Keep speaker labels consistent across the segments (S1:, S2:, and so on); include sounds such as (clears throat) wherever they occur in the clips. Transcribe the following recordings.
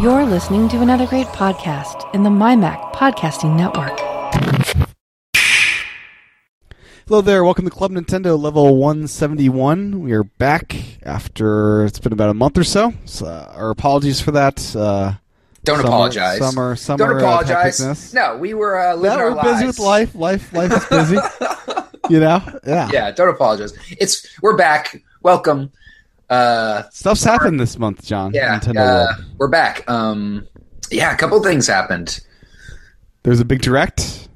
S1: You're listening to another great podcast in the MyMac Podcasting Network.
S2: Hello there. Welcome to Club Nintendo level 171. We are back after it's been about a month or so. so uh, our apologies for that. Uh,
S3: Don't
S2: summer-
S3: apologize.
S2: Summer, summer.
S3: Don't
S2: uh,
S3: apologize.
S2: hecticness.
S3: No, we were uh, living
S2: Yeah,
S3: our
S2: we're
S3: lives.
S2: busy with life. Life, life is busy.
S3: (laughs)
S2: you know, yeah.
S3: Yeah, don't apologize. It's we're back. Welcome. Uh,
S2: Stuff's happened this month, John.
S3: yeah,
S2: Nintendo
S3: uh,
S2: World.
S3: we're back. Um, yeah, a couple things happened.
S2: There's a big direct,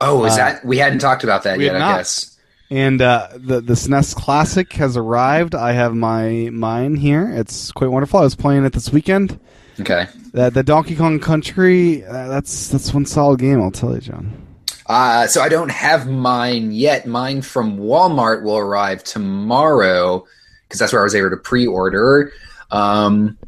S3: Oh, is
S2: Uh,
S3: that we hadn't talked about that
S2: we
S3: yet?
S2: had
S3: I
S2: not.
S3: guess.
S2: and uh, the the SNES Classic has arrived. I have my mine here. It's quite wonderful. I was playing it this weekend.
S3: Okay.
S2: That the Donkey Kong Country. Uh, that's that's one solid game. I'll tell you, John.
S3: Uh, so I don't have mine yet. Mine from Walmart will arrive tomorrow because that's where I was able to pre-order. Um,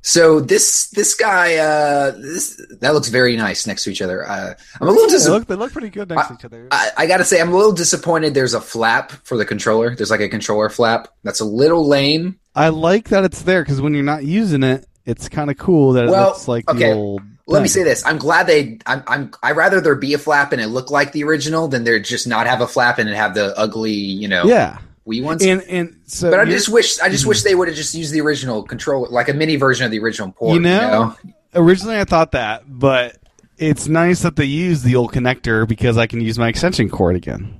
S3: so this this guy uh, this that looks very nice next to each other. Uh, I'm a little
S2: They
S3: disappointed.
S2: look, they look pretty good next to each other.
S3: I, I gotta say, I'm a little disappointed. There's a flap for the controller. There's like a controller flap. That's a little lame.
S2: I like that it's there because when you're not using it, it's kind of cool that it
S3: Well,
S2: looks like
S3: okay.
S2: the old.
S3: Let me
S2: thing.
S3: say this: I'm glad they. I'm. I'm I rather there be a flap and it look like the original than there just not have a flap and have the ugly, you know,
S2: Yeah,
S3: Wii ones.
S2: and and so
S3: but I
S2: you're-
S3: just wish. I just wish
S2: Mm-hmm.
S3: they would have just used the original controller, like a mini version of the original port.
S2: You know? originally I thought that, but it's nice that they use the old connector because I can use my extension cord again.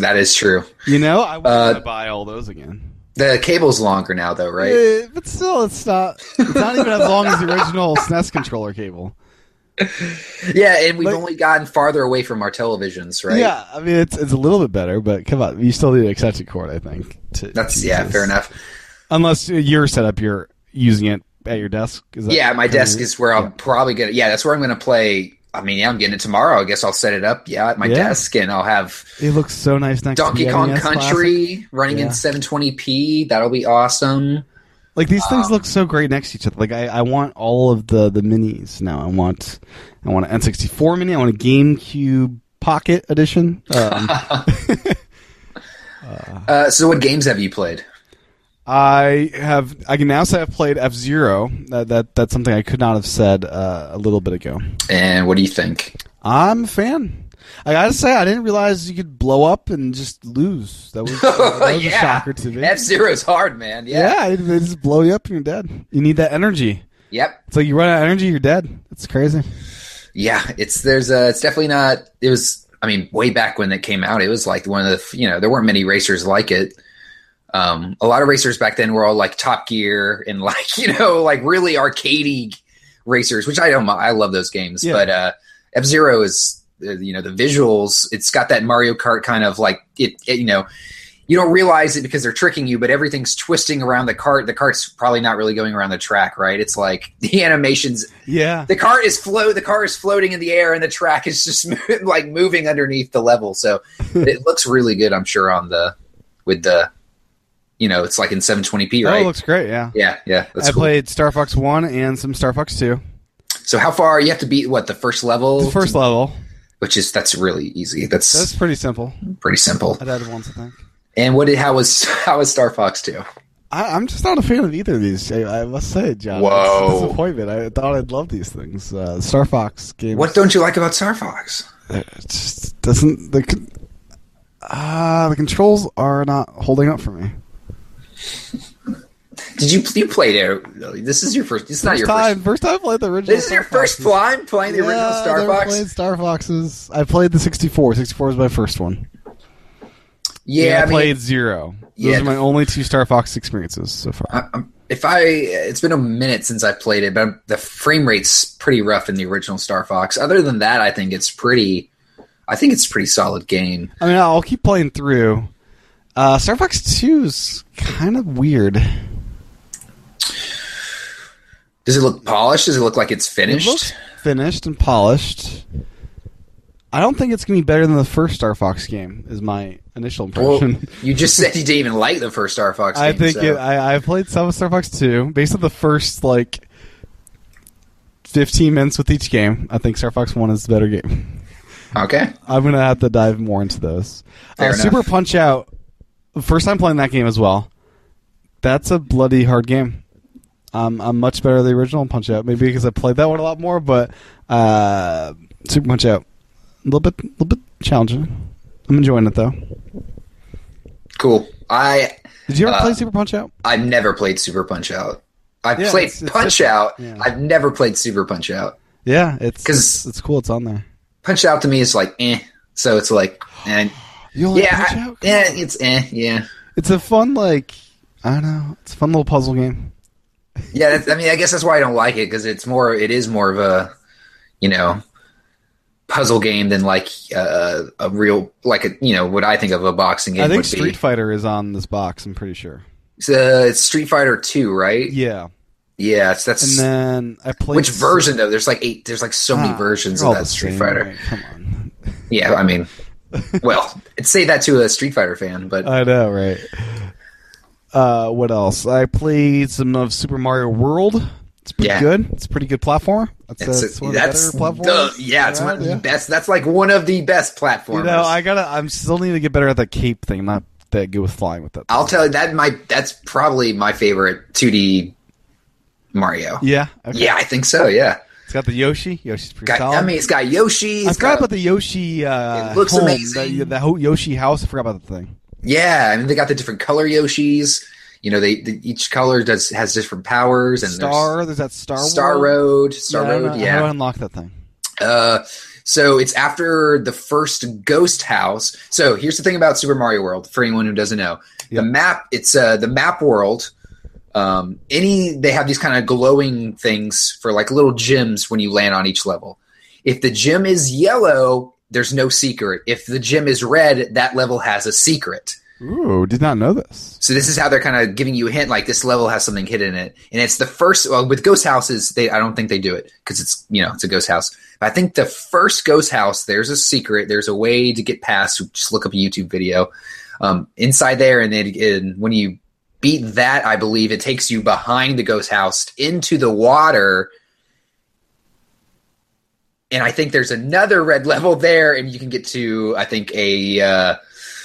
S3: that is true.
S2: You know, I want
S3: Uh,
S2: to buy all those again.
S3: The cable's longer now, though, right?
S2: Eh, but still, it's not. It's not even as long as the
S3: (laughs)
S2: original SNES controller cable.
S3: Yeah, and we've
S2: Like-
S3: only gotten farther away from our televisions, right?
S2: Yeah, I mean it's it's a little bit better, but come on, you still need an extension cord, I think. To,
S3: That's
S2: to
S3: yeah,
S2: use
S3: fair
S2: this.
S3: enough.
S2: Unless your setup, you're using it at your desk. Is that
S3: yeah, my
S2: kinda
S3: desk
S2: your-
S3: is where I'm probably gonna. Yeah, that's where I'm gonna play. I mean, yeah, I'm getting it tomorrow. I guess I'll set it up. Yeah, at my
S2: Yeah.
S3: desk, and I'll have
S2: It looks so nice next to
S3: Donkey
S2: the
S3: Kong
S2: NES Classic.
S3: Country running in
S2: Yeah.
S3: 720p. That'll be awesome.
S2: Like these things
S3: Um,
S2: look so great next to each other. Like I, I want all of the the minis now. I want I want an N64 mini. I want a GameCube Pocket Edition. Um,
S3: (laughs) Uh, so, what games have you played?
S2: I have I can now say I've played F Zero. That, that that's something I could not have said uh, a little bit ago.
S3: And what do you think?
S2: I'm a fan. I gotta say I didn't realize you could blow up and just lose. That was, that
S3: (laughs)
S2: was a shocker to me.
S3: F Zero's hard, man. Yeah.
S2: yeah, they just blow you up and you're dead. You need that energy.
S3: Yep.
S2: It's like you run out of energy, you're dead. It's crazy.
S3: Yeah. It's there's a. It's definitely not. It was. I mean, way back when it came out, it was like one of the. You know, there weren't many racers like it. Um, a lot of racers back then were all like Top Gear and (laughs) like you know like really arcadey racers, which I don't. mi- I love those games,
S2: Yeah.
S3: but uh, F Zero is uh, you know the visuals. It's got that Mario Kart kind of like it, it. You know, you don't realize it because they're tricking you, but everything's twisting around the cart. The cart's probably not really going around the track, right? It's like (laughs) the animations.
S2: Yeah.
S3: The cart is float. The car is floating in the air, and the track is just (laughs) mo- like moving underneath the level. So
S2: (laughs)
S3: it looks really good. I'm sure on the with the, you know, it's like in 720p,
S2: That
S3: right?
S2: Oh, looks great, yeah.
S3: yeah, yeah. That's
S2: I
S3: cool.
S2: played Star Fox 1 and some Star Fox 2.
S3: so how far you have to beat? What the first level?
S2: The first level.
S3: which is that's really easy. That's
S2: That's pretty simple.
S3: pretty simple.
S2: I'd added once, I think.
S3: And what did how was (laughs) how was Star Fox two?
S2: I, I'm just not a fan of either of these. I, I must say, John.
S3: Whoa.
S2: It's a disappointment. I thought I'd love these things. Uh, Star Fox games.
S3: What don't you like about Star Fox?
S2: It just doesn't. The, con- Ah, the controls are not holding up for me.
S3: Did you you played it? This is your first. It's not
S2: First
S3: your
S2: time,
S3: first.
S2: first time I played the original.
S3: This is
S2: Star
S3: your first
S2: Foxes.
S3: time playing the original
S2: Yeah, I
S3: Star
S2: never
S3: Fox.
S2: played Star Foxes. I played the 64. 64 was my first one.
S3: yeah,
S2: And I,
S3: I mean,
S2: played zero. Those
S3: Yeah. Uh,
S2: are my only two Star Fox experiences so far.
S3: I- I'm- Um, if I, it's been a minute since I played it, but I'm- the frame rate's pretty rough in the original Star Fox. Other than that, I think it's pretty. I think it's a pretty solid game.
S2: I mean, I'll keep playing through. Uh, Star Fox 2 is kind of weird.
S3: Does it look polished? Does it look like it's
S2: It
S3: finished?
S2: looks finished and polished. I don't think it's going to be better than the first Star Fox game, is my initial
S3: well,
S2: (laughs) impression.
S3: you just said you didn't even like the first Star Fox.
S2: I
S3: game,
S2: think
S3: so-
S2: it, I, I played some of Star Fox 2 based on the first, like, 15 minutes with each game. I think Star Fox 1 is the better game.
S3: okay.
S2: I'm gonna have to dive more into those.
S3: Fair
S2: Uh,
S3: enough.
S2: Super Punch Out. First time playing that game as well. That's a bloody hard game. Um, I'm much better at the original Punch Out, maybe because I played that one a lot more. But uh, Super Punch Out, a little bit, little bit challenging. I'm enjoying it though.
S3: Cool. I
S2: Did you ever
S3: Uh,
S2: play Super Punch Out?
S3: I've never played Super Punch Out. I've
S2: Yeah,
S3: played
S2: it's- it's
S3: Punch
S2: different.
S3: Out.
S2: Yeah.
S3: I've never played Super Punch Out.
S2: Yeah, it's
S3: 'Cause-
S2: it's, it's cool. It's on there.
S3: Punch Out to me is like eh. So it's like and
S2: You like
S3: yeah,
S2: Punch
S3: I-
S2: Out? Come
S3: yeah,
S2: on.
S3: it's eh, yeah,
S2: It's a fun like I don't know. It's a fun little puzzle game.
S3: yeah. That's, I mean, I guess that's why I don't like it because it's more. It is more of a you know puzzle game than like uh, a real like a you know what I think of a boxing game
S2: I think
S3: would
S2: Street
S3: be.
S2: Fighter is on this box. I'm pretty sure.
S3: So it's Street Fighter Two, right?
S2: Yeah,
S3: Yeah, so that's
S2: and then I played
S3: which version though? There's like eight. There's like so many
S2: Ah,
S3: versions
S2: they're all
S3: of
S2: the
S3: that Street
S2: same,
S3: Fighter.
S2: right? Come on.
S3: Yeah,
S2: (laughs)
S3: I mean, well, say that to a Street Fighter fan, but
S2: I know, right? Uh, what else? I played some of Super Mario World. It's pretty
S3: Yeah.
S2: good. It's a pretty good platform. That's,
S3: it's,
S2: that's one of
S3: that's
S2: the better
S3: the-
S2: platforms.
S3: yeah, it's one of
S2: around, yeah.
S3: the best. That's like one of the best platformers.
S2: You know, I gotta. I'm still need to get better at the cape thing. I'm not that good with flying with that.
S3: I'll tell you that my that's probably my favorite 2D Mario. Yeah,
S2: yeah, okay.
S3: I think so. Yeah,
S2: It's got the Yoshi. Yoshi's pretty
S3: got,
S2: solid.
S3: I mean, it's got Yoshi.
S2: I
S3: It's
S2: forgot
S3: got,
S2: about the Yoshi. Uh,
S3: It looks
S2: home,
S3: amazing.
S2: The, the whole Yoshi house. I forgot about the thing.
S3: yeah, I mean, they got the different color Yoshis. You know, they, they each color does has different powers and there's
S2: Star. There's that Star.
S3: Star
S2: World.
S3: Road, Star
S2: Yeah, I don't
S3: Road.
S2: know
S3: Yeah,
S2: How do I unlock that thing?
S3: Uh, so it's after the first ghost house. So here's the thing about Super Mario World for anyone who doesn't know.
S2: Yeah.
S3: The map, it's uh, the map world. Um, any they have these kind of glowing things for like little gems when you land on each level. If the gem is yellow, there's no secret. If the gem is red, that level has a secret.
S2: Ooh, did not know this.
S3: So this is how they're kind of giving you a hint, like this level has something hidden in it, and it's the first. Well, with ghost houses, they I don't think they do it because it's you know it's a ghost house. But I think the first ghost house, there's a secret, there's a way to get past. Just look up a YouTube video um, inside there, and then and when you beat that, I believe it takes you behind the ghost house into the water. And I think there's another red level there, and you can get to I think a. Uh,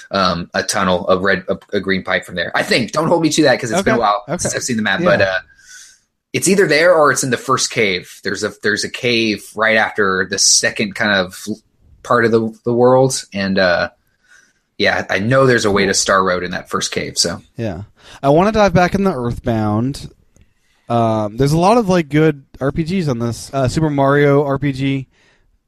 S3: um, a tunnel, a red, a, a green pipe from there. I think. Don't hold me to that because it's been a
S2: Okay.
S3: while
S2: Okay.
S3: since I've seen the map,
S2: Yeah.
S3: but uh, it's either there or it's in the first cave. There's a there's a cave right after the second kind of part of the the world, and uh, yeah, I know there's a way to Star Road in that first cave. So
S2: Yeah, I want to dive back in the Earthbound. Um, there's a lot of like good RPGs on this uh, Super Mario RPG.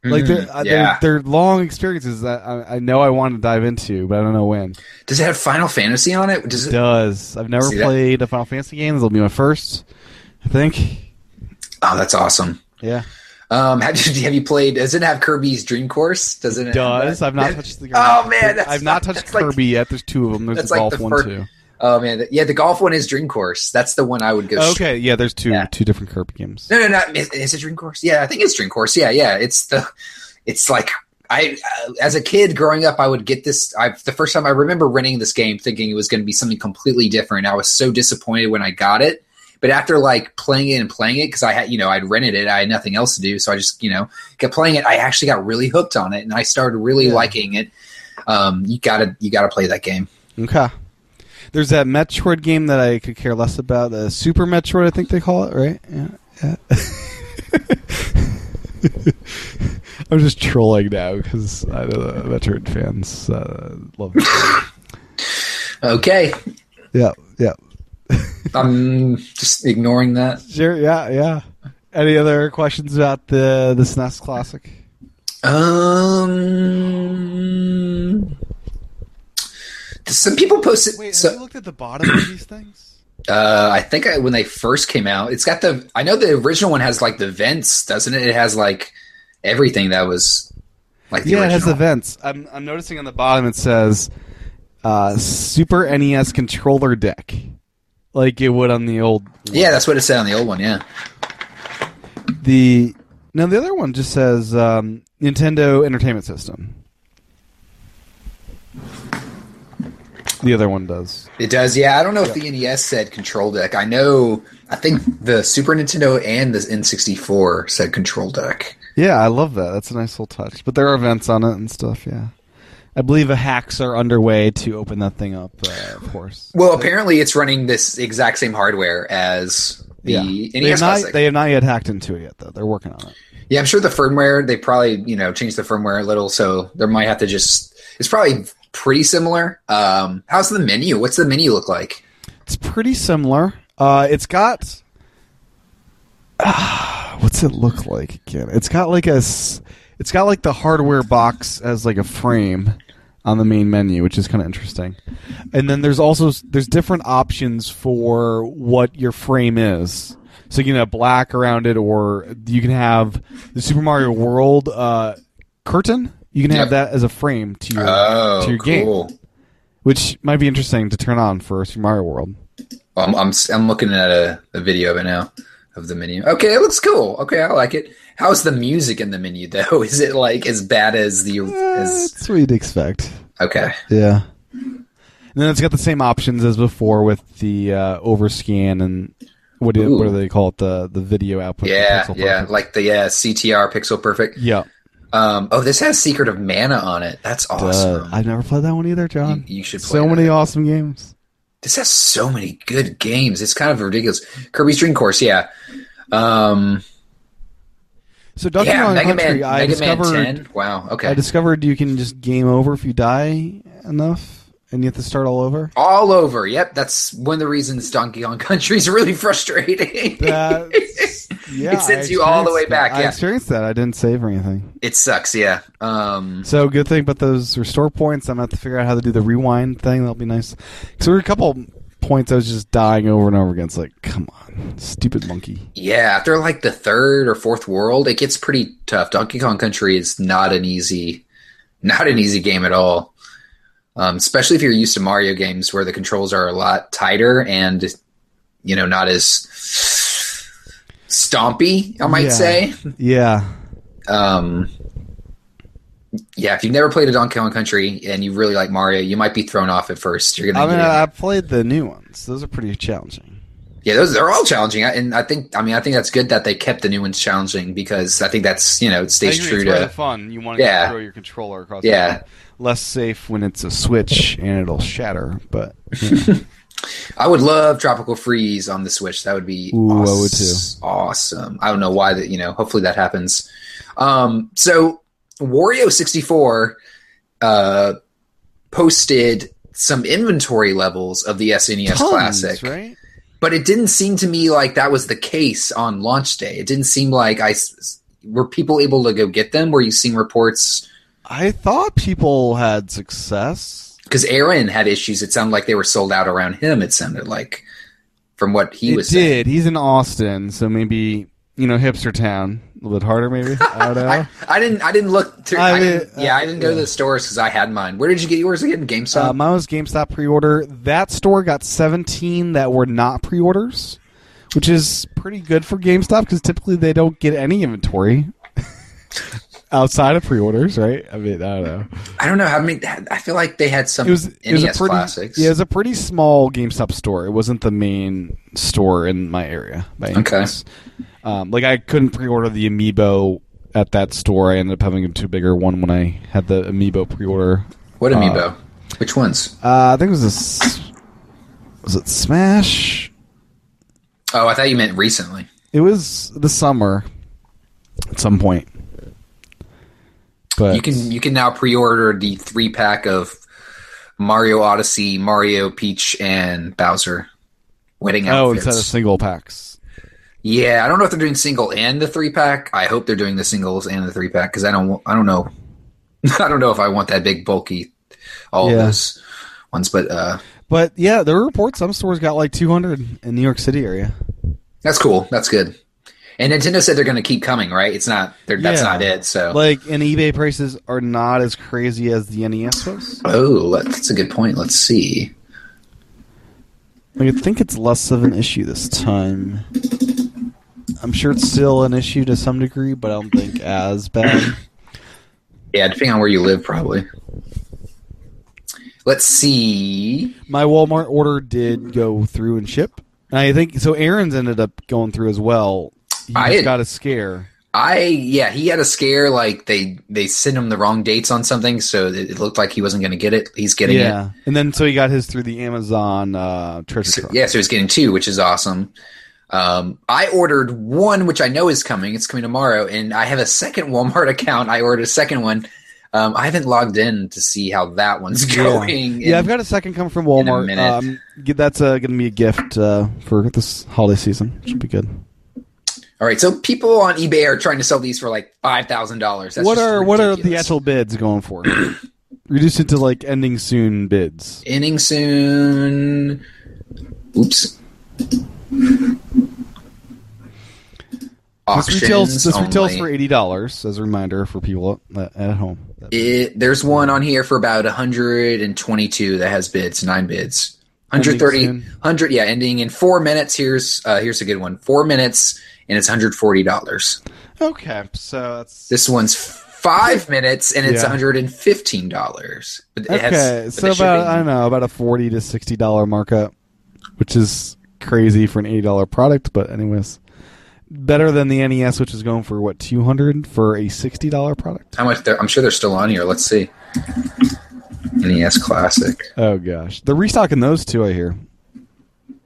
S2: Like they're,
S3: Mhm,
S2: uh,
S3: yeah.
S2: they're, they're long experiences that I, I know I want to dive into, but I don't know when.
S3: does it have Final Fantasy on it? Does
S2: It
S3: it?
S2: does. I've never
S3: See that?
S2: played a Final Fantasy game. This will be my first, I think.
S3: Oh, that's awesome.
S2: Yeah,
S3: Um, have you (laughs) have you played? Does it have Kirby's Dream Course? Does it?
S2: it does. I've
S3: (laughs)
S2: not
S3: that-
S2: touched the.
S3: Oh man, that's
S2: I've
S3: (laughs)
S2: not
S3: like-
S2: touched
S3: that's like-
S2: Kirby yet. There's two of them. There's
S3: that's
S2: the
S3: like
S2: golf
S3: the
S2: one
S3: fir-
S2: too.
S3: oh man, yeah. The golf one is Dream Course. That's the one I would go. straight
S2: Okay, yeah. There's two
S3: Yeah.
S2: two different Kirby games.
S3: No, no, not is, is it Dream Course? Yeah, I think it's Dream Course. Yeah, yeah. It's the, it's like I, uh, as a kid growing up, I would get this. I the first time I remember renting this game, thinking it was going to be something completely different. I was so disappointed when I got it. But after like playing it and playing it, because I had, you know, I'd rented it, I had nothing else to do, so I just, you know, kept playing it. I actually got really hooked on it, and I started really
S2: Yeah.
S3: liking it. Um, you gotta, you gotta play that game.
S2: Okay. There's that Metroid game that I could care less about. The Super Metroid, I think they call it, right? Yeah. yeah. (laughs) I'm just trolling now because I know the Metroid fans uh, love it.
S3: Okay,
S2: (laughs) yeah, yeah.
S3: I'm just ignoring that.
S2: Sure, yeah, yeah. Any other questions about the the SNES Classic?
S3: Um, some people posted. so,
S2: looked at the bottom of these things?
S3: uh, I think I, when they first came out, it's got the. I know the original one has like the vents, doesn't it? It has like everything that was like the
S2: yeah, it has
S3: original.
S2: events. I'm, I'm noticing on the bottom it says uh, Super NES controller deck, like it would on the old
S3: yeah, that's what it said on the old one. Yeah,
S2: the. Now the other one just says um, Nintendo Entertainment System. The other one does.
S3: it does. Yeah, I don't know if the NES said control deck. I know. I think the Super Nintendo and the N64 said control deck.
S2: Yeah, I love that. That's a nice little touch. But there are events on it and stuff. Yeah, I believe a hacks are underway to open that thing up. Uh, of course.
S3: Well, apparently it's running this exact same hardware as The
S2: they, have
S3: NES
S2: not,
S3: Classic.
S2: they have not yet hacked into it yet, though. They're working on it.
S3: yeah, I'm sure the firmware they probably you know changed the firmware a little, so there might have to just. It's probably pretty similar. Um, how's the menu? What's the menu look like?
S2: It's pretty similar. Uh, it's got. (sighs) Ah, what's it look like again? It's got like a. s- It's got like the hardware box as like a frame on the main menu, which is kind of interesting. And then there's also s- there's different options for what your frame is. So you can have black around it, or you can have the Super Mario World uh, curtain. You can have
S3: Yep.
S2: that as a frame to your
S3: Oh,
S2: to your
S3: cool.
S2: game, which might be interesting to turn on for Super Mario World.
S3: Well, I'm, I'm I'm looking at a, a video of it now of the menu. Okay, it looks cool. Okay, I like it. How's the music in the menu (laughs) though? Is it like as bad as the as?
S2: That's what you'd expect.
S3: Okay,
S2: Yeah. And then it's got the same options as before with the uh, overscan and what do, what do
S3: Ooh.
S2: they call it? The the video output. the
S3: yeah,
S2: pixel
S3: yeah,
S2: perfect.
S3: like the yeah CTR Pixel Perfect.
S2: yeah.
S3: Um, oh, this has Secret of Mana on it. That's
S2: Duh.
S3: awesome.
S2: I've never played that one either, John.
S3: You- you should
S2: so
S3: play
S2: many
S3: that.
S2: awesome games.
S3: this has so many good games. It's kind of ridiculous. Kirby's Dream Course, yeah. Um,
S2: So Donkey
S3: yeah,
S2: Kong
S3: Mega
S2: Country,
S3: Man,
S2: I
S3: Mega
S2: discovered
S3: Man 10. Wow, okay.
S2: I discovered you can just game over if you die enough, and you have to start all
S3: (laughs)
S2: over.
S3: All over. Yep, that's one of the reasons Donkey Kong (laughs) Country is really frustrating.
S2: That's, yeah,
S3: It sends
S2: I
S3: you all the way
S2: experienced
S3: back,
S2: that. I
S3: yeah.
S2: experienced that. I didn't save or anything.
S3: it sucks, yeah. Um,
S2: So good thing about those restore points. I'm gonna have to figure out how to do the rewind thing. That'll be nice. Because there were a couple points I was just dying over and over again. It's like, come on, stupid monkey.
S3: yeah, after like the third or fourth world, it gets pretty tough. Donkey Kong Country is not an easy, not an easy game at all. Um, especially if you're used to Mario games where the controls are a lot tighter and you know not as stompy, I might
S2: Yeah.
S3: say.
S2: Yeah,
S3: um yeah if you've never played a donkey kong country and you really like mario you might be thrown off at first you're gonna
S2: I mean,
S3: get in.
S2: I, I played the new ones. Those are pretty challenging.
S3: yeah those they're all challenging I- and i think i mean i think that's good that they kept the new ones challenging because i think that's you know it stays true to
S2: fun. You want
S3: to Yeah. throw
S2: your controller across.
S3: the Yeah. room.
S2: less safe when it's a switch and it'll shatter. But
S3: i would love tropical freeze on the switch that would be
S2: Ooh, I would
S3: awes- awesome i don't know why that you know hopefully that happens um so wario 64 uh posted some inventory levels of the snes
S2: Tons,
S3: classic
S2: right?
S3: but it didn't seem to me like that was the case on launch day. It didn't seem like I s- were people able to go get them. Were you seeing reports?
S2: I thought people had success.
S3: Because Aaron had issues. It sounded like they were sold out around him. It sounded like from what he
S2: it
S3: was saying.
S2: did. He's in Austin, so maybe you know, hipster town. A little bit harder,
S3: (laughs)
S2: maybe. I don't know.
S3: I, I didn't. I didn't look. Through,
S2: I
S3: I
S2: mean,
S3: didn't, yeah,
S2: uh,
S3: I didn't go to
S2: yeah.
S3: the stores because I had mine. Where did you get yours again? GameStop.
S2: Uh, mine was GameStop pre-order. That store got 17 that were not pre-orders, which is pretty good for GameStop because typically they don't get any inventory (laughs) outside of pre-orders, right? I mean, I don't know.
S3: I don't know. I mean, I feel like they had some
S2: It was
S3: NES
S2: it was a pretty
S3: E classics.
S2: yeah, it was a pretty small GameStop store. It wasn't the main store in my area. By any
S3: Okay.
S2: means. Um, like I couldn't pre-order the Amiibo at that store. I ended up having a two bigger one when I had the Amiibo pre-order
S3: What amiibo? Which ones?
S2: Uh, I think it was a s- was it Smash?
S3: Oh, I thought you meant recently.
S2: It was the summer at some point. But
S3: You can you can now pre-order the three pack of Mario Odyssey, Mario Peach, and Bowser wedding
S2: oh,
S3: outfits.
S2: instead of single packs.
S3: yeah, I don't know if they're doing single and the three pack. I hope they're doing the singles and the three pack because I don't I don't know (laughs) I don't know if I want that big bulky all
S2: Yeah.
S3: those ones, but uh,
S2: But yeah, there were reports some stores got like 200 in New York City area.
S3: that's cool. That's good. And Nintendo said they're going to keep coming, right? It's not they're, that's
S2: Yeah.
S3: not it. So
S2: Like, and eBay prices are not as crazy as the NES was.
S3: oh, that's a good point. Let's see.
S2: Like, I think it's less of an issue this time. I'm sure it's still an issue to some degree, but I don't think as bad.
S3: Yeah, depending on where you live, probably. Let's see.
S2: my Walmart order did go through and ship. And I think so. Aaron's ended up going through as well. He
S3: I
S2: just
S3: had-
S2: got a scare.
S3: I yeah, he had a scare. Like they they sent him the wrong dates on something, so it, it looked like he wasn't going to get it. He's getting it.
S2: and then so he got his through the Amazon uh, treasure
S3: So,
S2: truck.
S3: yeah, so he's getting two, which is awesome. Um, I ordered one, which I know is coming. It's coming tomorrow, and I have a second (laughs) Walmart account. I ordered a second one. Um, I haven't logged in to see how that one's going.
S2: Yeah, I've got a second coming from Walmart.
S3: minute.
S2: Um, g- that's uh, going to be a gift uh, for this holiday season. Should be good.
S3: All right, so people on eBay are trying to sell these for like five thousand dollars.
S2: what are what are the actual bids going for? (coughs) Reduce it to like ending soon bids.
S3: inning soon? Oops.
S2: This retails, this
S3: Auctions
S2: retails
S3: only.
S2: for eighty dollars as a reminder for people at, at home.
S3: It, there's one on here for about 122 that has bids, nine bids.
S2: Ending
S3: 130,
S2: soon.
S3: 100, yeah, ending in four minutes. Here's uh, here's a good one. Four minutes, and it's 140 dollars.
S2: Okay, so that's
S3: This one's five minutes, and it's
S2: Yeah.
S3: 115 dollars. But it
S2: okay.
S3: has, but
S2: so
S3: the
S2: about um, I
S3: shipping-
S2: don't know about a forty to sixty dollar markup, which is crazy for an eighty dollar product. But anyways, better than the NES, which is going for what two hundred for a sixty dollar product.
S3: how much? They're, I'm sure they're still on here. Let's see. NES Classic.
S2: Oh gosh, they're restocking those too. I hear.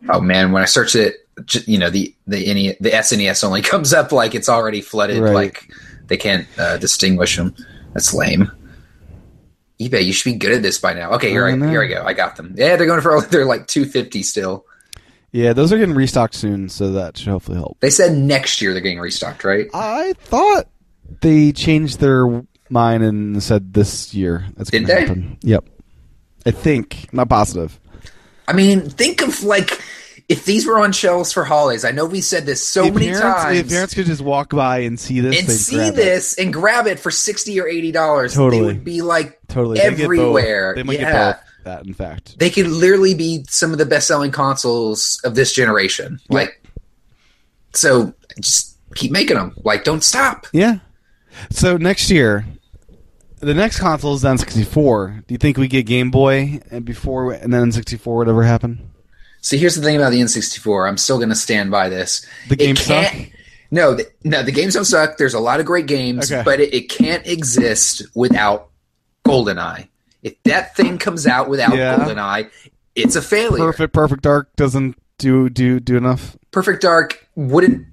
S3: Oh man, when I search it, j- you know the the NES, the SNES only (laughs) comes up like it's already flooded.
S2: Right.
S3: Like they can't uh, distinguish them. That's lame. eBay, you should be good at this by now. Okay, here
S2: I
S3: I,
S2: know.
S3: here I go. I got them. Yeah, they're going for (laughs) they're like two fifty still.
S2: Yeah, those are getting restocked soon, so that should hopefully help.
S3: They said next year they're getting restocked, right?
S2: I thought they changed their mind and said this year that's
S3: Did
S2: going
S3: they?
S2: to happen. Yep, I think not positive.
S3: I mean, think of like if these were on shelves for holidays. I know we said this so
S2: if
S3: many
S2: parents,
S3: times.
S2: if parents could just walk by and see this,
S3: and
S2: they'd
S3: see
S2: grab it.
S3: this and grab it for sixty or eighty dollars,
S2: Totally.
S3: they would be like
S2: totally They get both.
S3: everywhere.
S2: They might
S3: Yeah.
S2: get both. That in fact,
S3: they could literally be some of the best selling consoles of this generation. Like, so just keep making them. Like, don't stop.
S2: yeah. So next year, the next console is the N64. Do you think we get Game Boy and before and then N64 would ever happen?
S3: See, here's the thing about the N64. I'm still going to stand by this.
S2: The games
S3: can't-
S2: suck?
S3: No, the, no, the games don't suck. There's a lot of great games,
S2: Okay.
S3: but it, it can't exist without GoldenEye. If that thing comes out without
S2: Yeah.
S3: GoldenEye, it's a failure. Perfect,
S2: Perfect, Perfect Dark doesn't do do do enough.
S3: Dark wouldn't.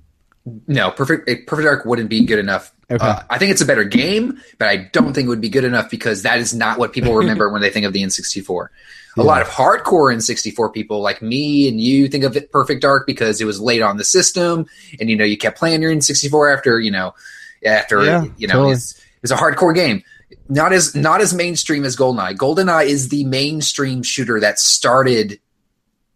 S3: No, perfect. eh, Perfect Dark wouldn't be good enough.
S2: Okay.
S3: Uh, I think it's a better game, but I don't think it would be good enough because that is not what people remember
S2: (laughs)
S3: when they think of the N64. A lot of hardcore N64 people like me and you think of it Perfect Dark because it was late on the system, and you know you kept playing your N64 after you know after
S2: Yeah,
S3: you know
S2: totally.
S3: it's, it's a hardcore game. Not as not as mainstream as GoldenEye. GoldenEye is the mainstream shooter that started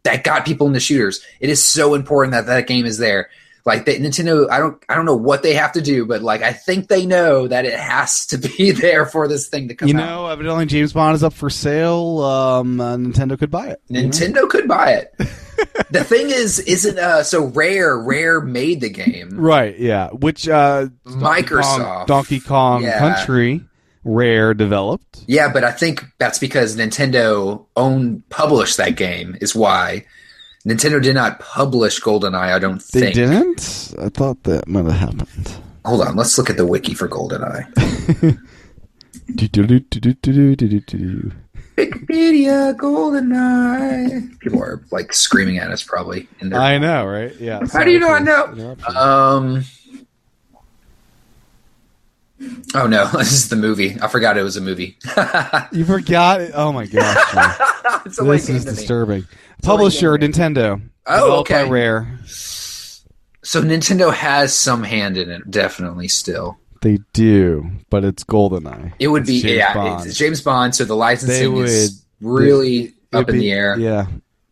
S3: that got people into shooters. It is so important that that game is there like that Nintendo I don't I don't know what they have to do but like I think they know that it has to be (laughs) there for this thing to come
S2: You
S3: out.
S2: know, evidently James Bond is up for sale. Um, uh, Nintendo could buy it. you know?
S3: Nintendo could
S2: (laughs)
S3: buy it. the thing is isn't uh so rare rare made the game.
S2: Right, yeah. Which uh Donkey Kong-
S3: Microsoft.
S2: Donkey Kong
S3: Yeah.
S2: Country Rare developed.
S3: Yeah, but I think that's because Nintendo owned published that game is why Nintendo did not publish GoldenEye I don't
S2: They
S3: think.
S2: didn't? I thought that might have happened.
S3: Hold on, let's look at the wiki for GoldenEye.
S2: Do-do-do-do-do-do-do-do-do.
S3: Wikipedia GoldenEye. People are like screaming at us probably in their
S2: I know, right? Yeah.
S3: How do you not know? Um. Oh no, (laughs) this is the movie. I forgot it was a movie. (laughs)
S2: You forgot it. Oh my gosh. man.
S3: It's a late
S2: this is
S3: game to me.
S2: disturbing. Publisher Nintendo.
S3: Oh,
S2: Developed by
S3: okay.
S2: Rare.
S3: So Nintendo has some hand in it, definitely. Still,
S2: They do, but it's GoldenEye.
S3: it would
S2: It's
S3: be
S2: James
S3: yeah,
S2: Bond.
S3: it's James Bond. So the
S2: They
S3: licensing
S2: would-
S3: is really up
S2: It'd
S3: in
S2: be-
S3: the air.
S2: Yeah.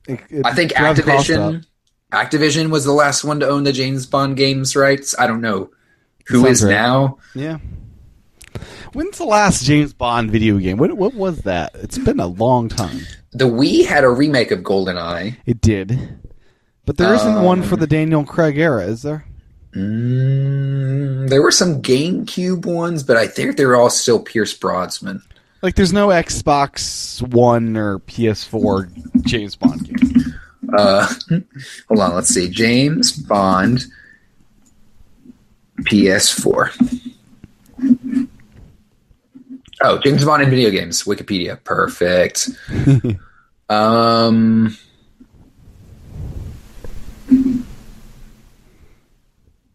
S2: It- it
S3: I think
S2: drives the cost up.
S3: Activision. Activision was the last one to own the James Bond games rights. I don't know who
S2: Sounds
S3: is
S2: right.
S3: now.
S2: Yeah. When's the last James Bond video game? What what was that? It's been a long time.
S3: The Wii had a remake of GoldenEye.
S2: It did. But there not one
S3: Um,
S2: for the Daniel Craig era, is there?
S3: Mm, there were some GameCube ones, but I think they're all still Pierce Brosnan.
S2: Like there's no Xbox 1 or PS4 James Bond game.
S3: Uh, hold on, let's see. James Bond PS4. Oh, James Bond in video games. Wikipedia. Perfect. um,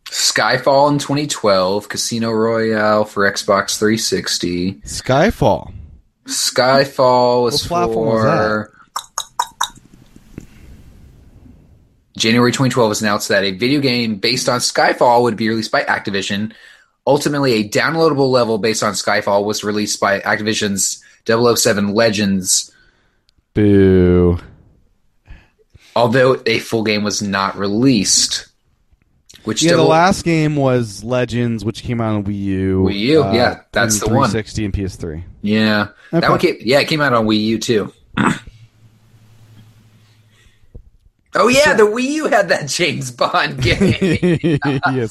S3: Skyfall in 2012, Casino Royale for Xbox 360.
S2: Skyfall.
S3: Skyfall was
S2: What platform was
S3: for January 2012 was announced that a video game based on Skyfall would be released by Activision. Ultimately, a downloadable level based on Skyfall was released by Activision's 007 Legends,
S2: Boo.
S3: although a full game was not released. Which
S2: Yeah, the
S3: double-
S2: last game was Legends, which came out on Wii U. Uh,
S3: Wii U, yeah, that's
S2: and
S3: the one.
S2: 360 and
S3: (laughs)
S2: PS3.
S3: yeah,
S2: Okay.
S3: that one came, yeah, it came out on Wii U too. (clears throat) oh yeah, the Wii U had that James
S2: (laughs)
S3: Bond game.
S2: (laughs) yes,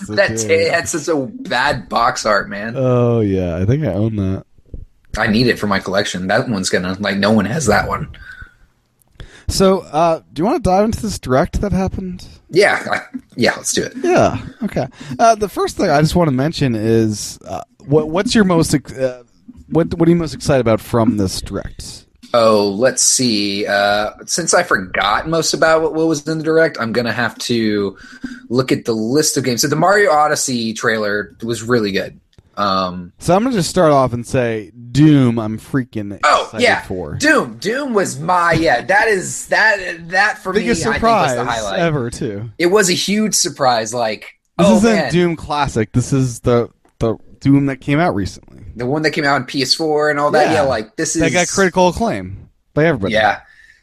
S2: it
S3: That
S2: did.
S3: that's such a bad box art, man.
S2: Oh yeah, I think I own that.
S3: I need it for my collection. That one's gonna like no one has that one.
S2: So, uh, do you want to dive into this direct that happened?
S3: Yeah, I, yeah, let's do it.
S2: Yeah. Okay. Uh, the first thing I just want to mention is uh, what what's your most ex- uh, what what are you most excited about from this direct?
S3: Oh, let's see. Uh, since I forgot most about what, what was in the direct, I'm gonna have to look at the list of games. So the Mario Odyssey trailer was really good. Um,
S2: So I'm gonna just start off and say Doom. I'm freaking
S3: oh
S2: excited
S3: yeah,
S2: for
S3: Doom. Doom was my yeah. That is that that for
S2: biggest
S3: me. I
S2: surprise
S3: think was the highlight.
S2: ever too.
S3: It was a huge surprise. Like
S2: This
S3: oh
S2: isn't
S3: man.
S2: Doom Classic. This is the the Doom that came out recently.
S3: the one that came out on PS4 and all that.
S2: Yeah.
S3: Yeah, like this is
S2: That got critical acclaim by everybody.
S3: Yeah.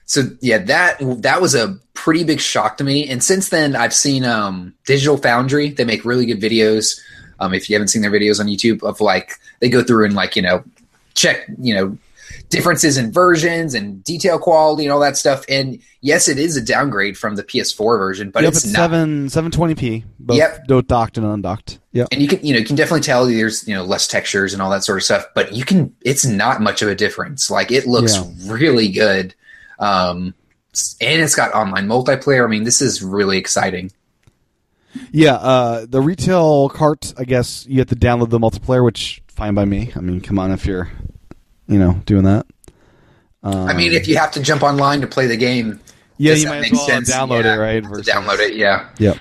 S3: So yeah, that that was a pretty big shock to me. And since then, I've seen um, Digital Foundry. They make really good videos. Um, if you haven't seen their videos on YouTube, of like they go through and like you know check you know differences in versions and detail quality and all that stuff. And yes, it is a downgrade from the PS4 version, but
S2: Yep,
S3: it's,
S2: it's
S3: not.
S2: seven seven twenty p. Both
S3: Yep.
S2: both docked and undocked. Yep.
S3: and you can you know you can definitely tell there's you know less textures and all that sort of stuff but you can it's not much of a difference like it looks
S2: Yeah.
S3: really good um s- and it's got online multiplayer i mean this is really exciting
S2: Yeah, uh, the retail cart. I guess you have to download the multiplayer, which fine by me. I mean, come on, if you're, you know, doing that. Um,
S3: i mean if you have to jump online to play the game
S2: yeah,
S3: does
S2: you
S3: that
S2: might as
S3: make
S2: well
S3: sense?
S2: download
S3: Yeah,
S2: it, right?
S3: to
S2: Versus-
S3: download it yeah
S2: Yep.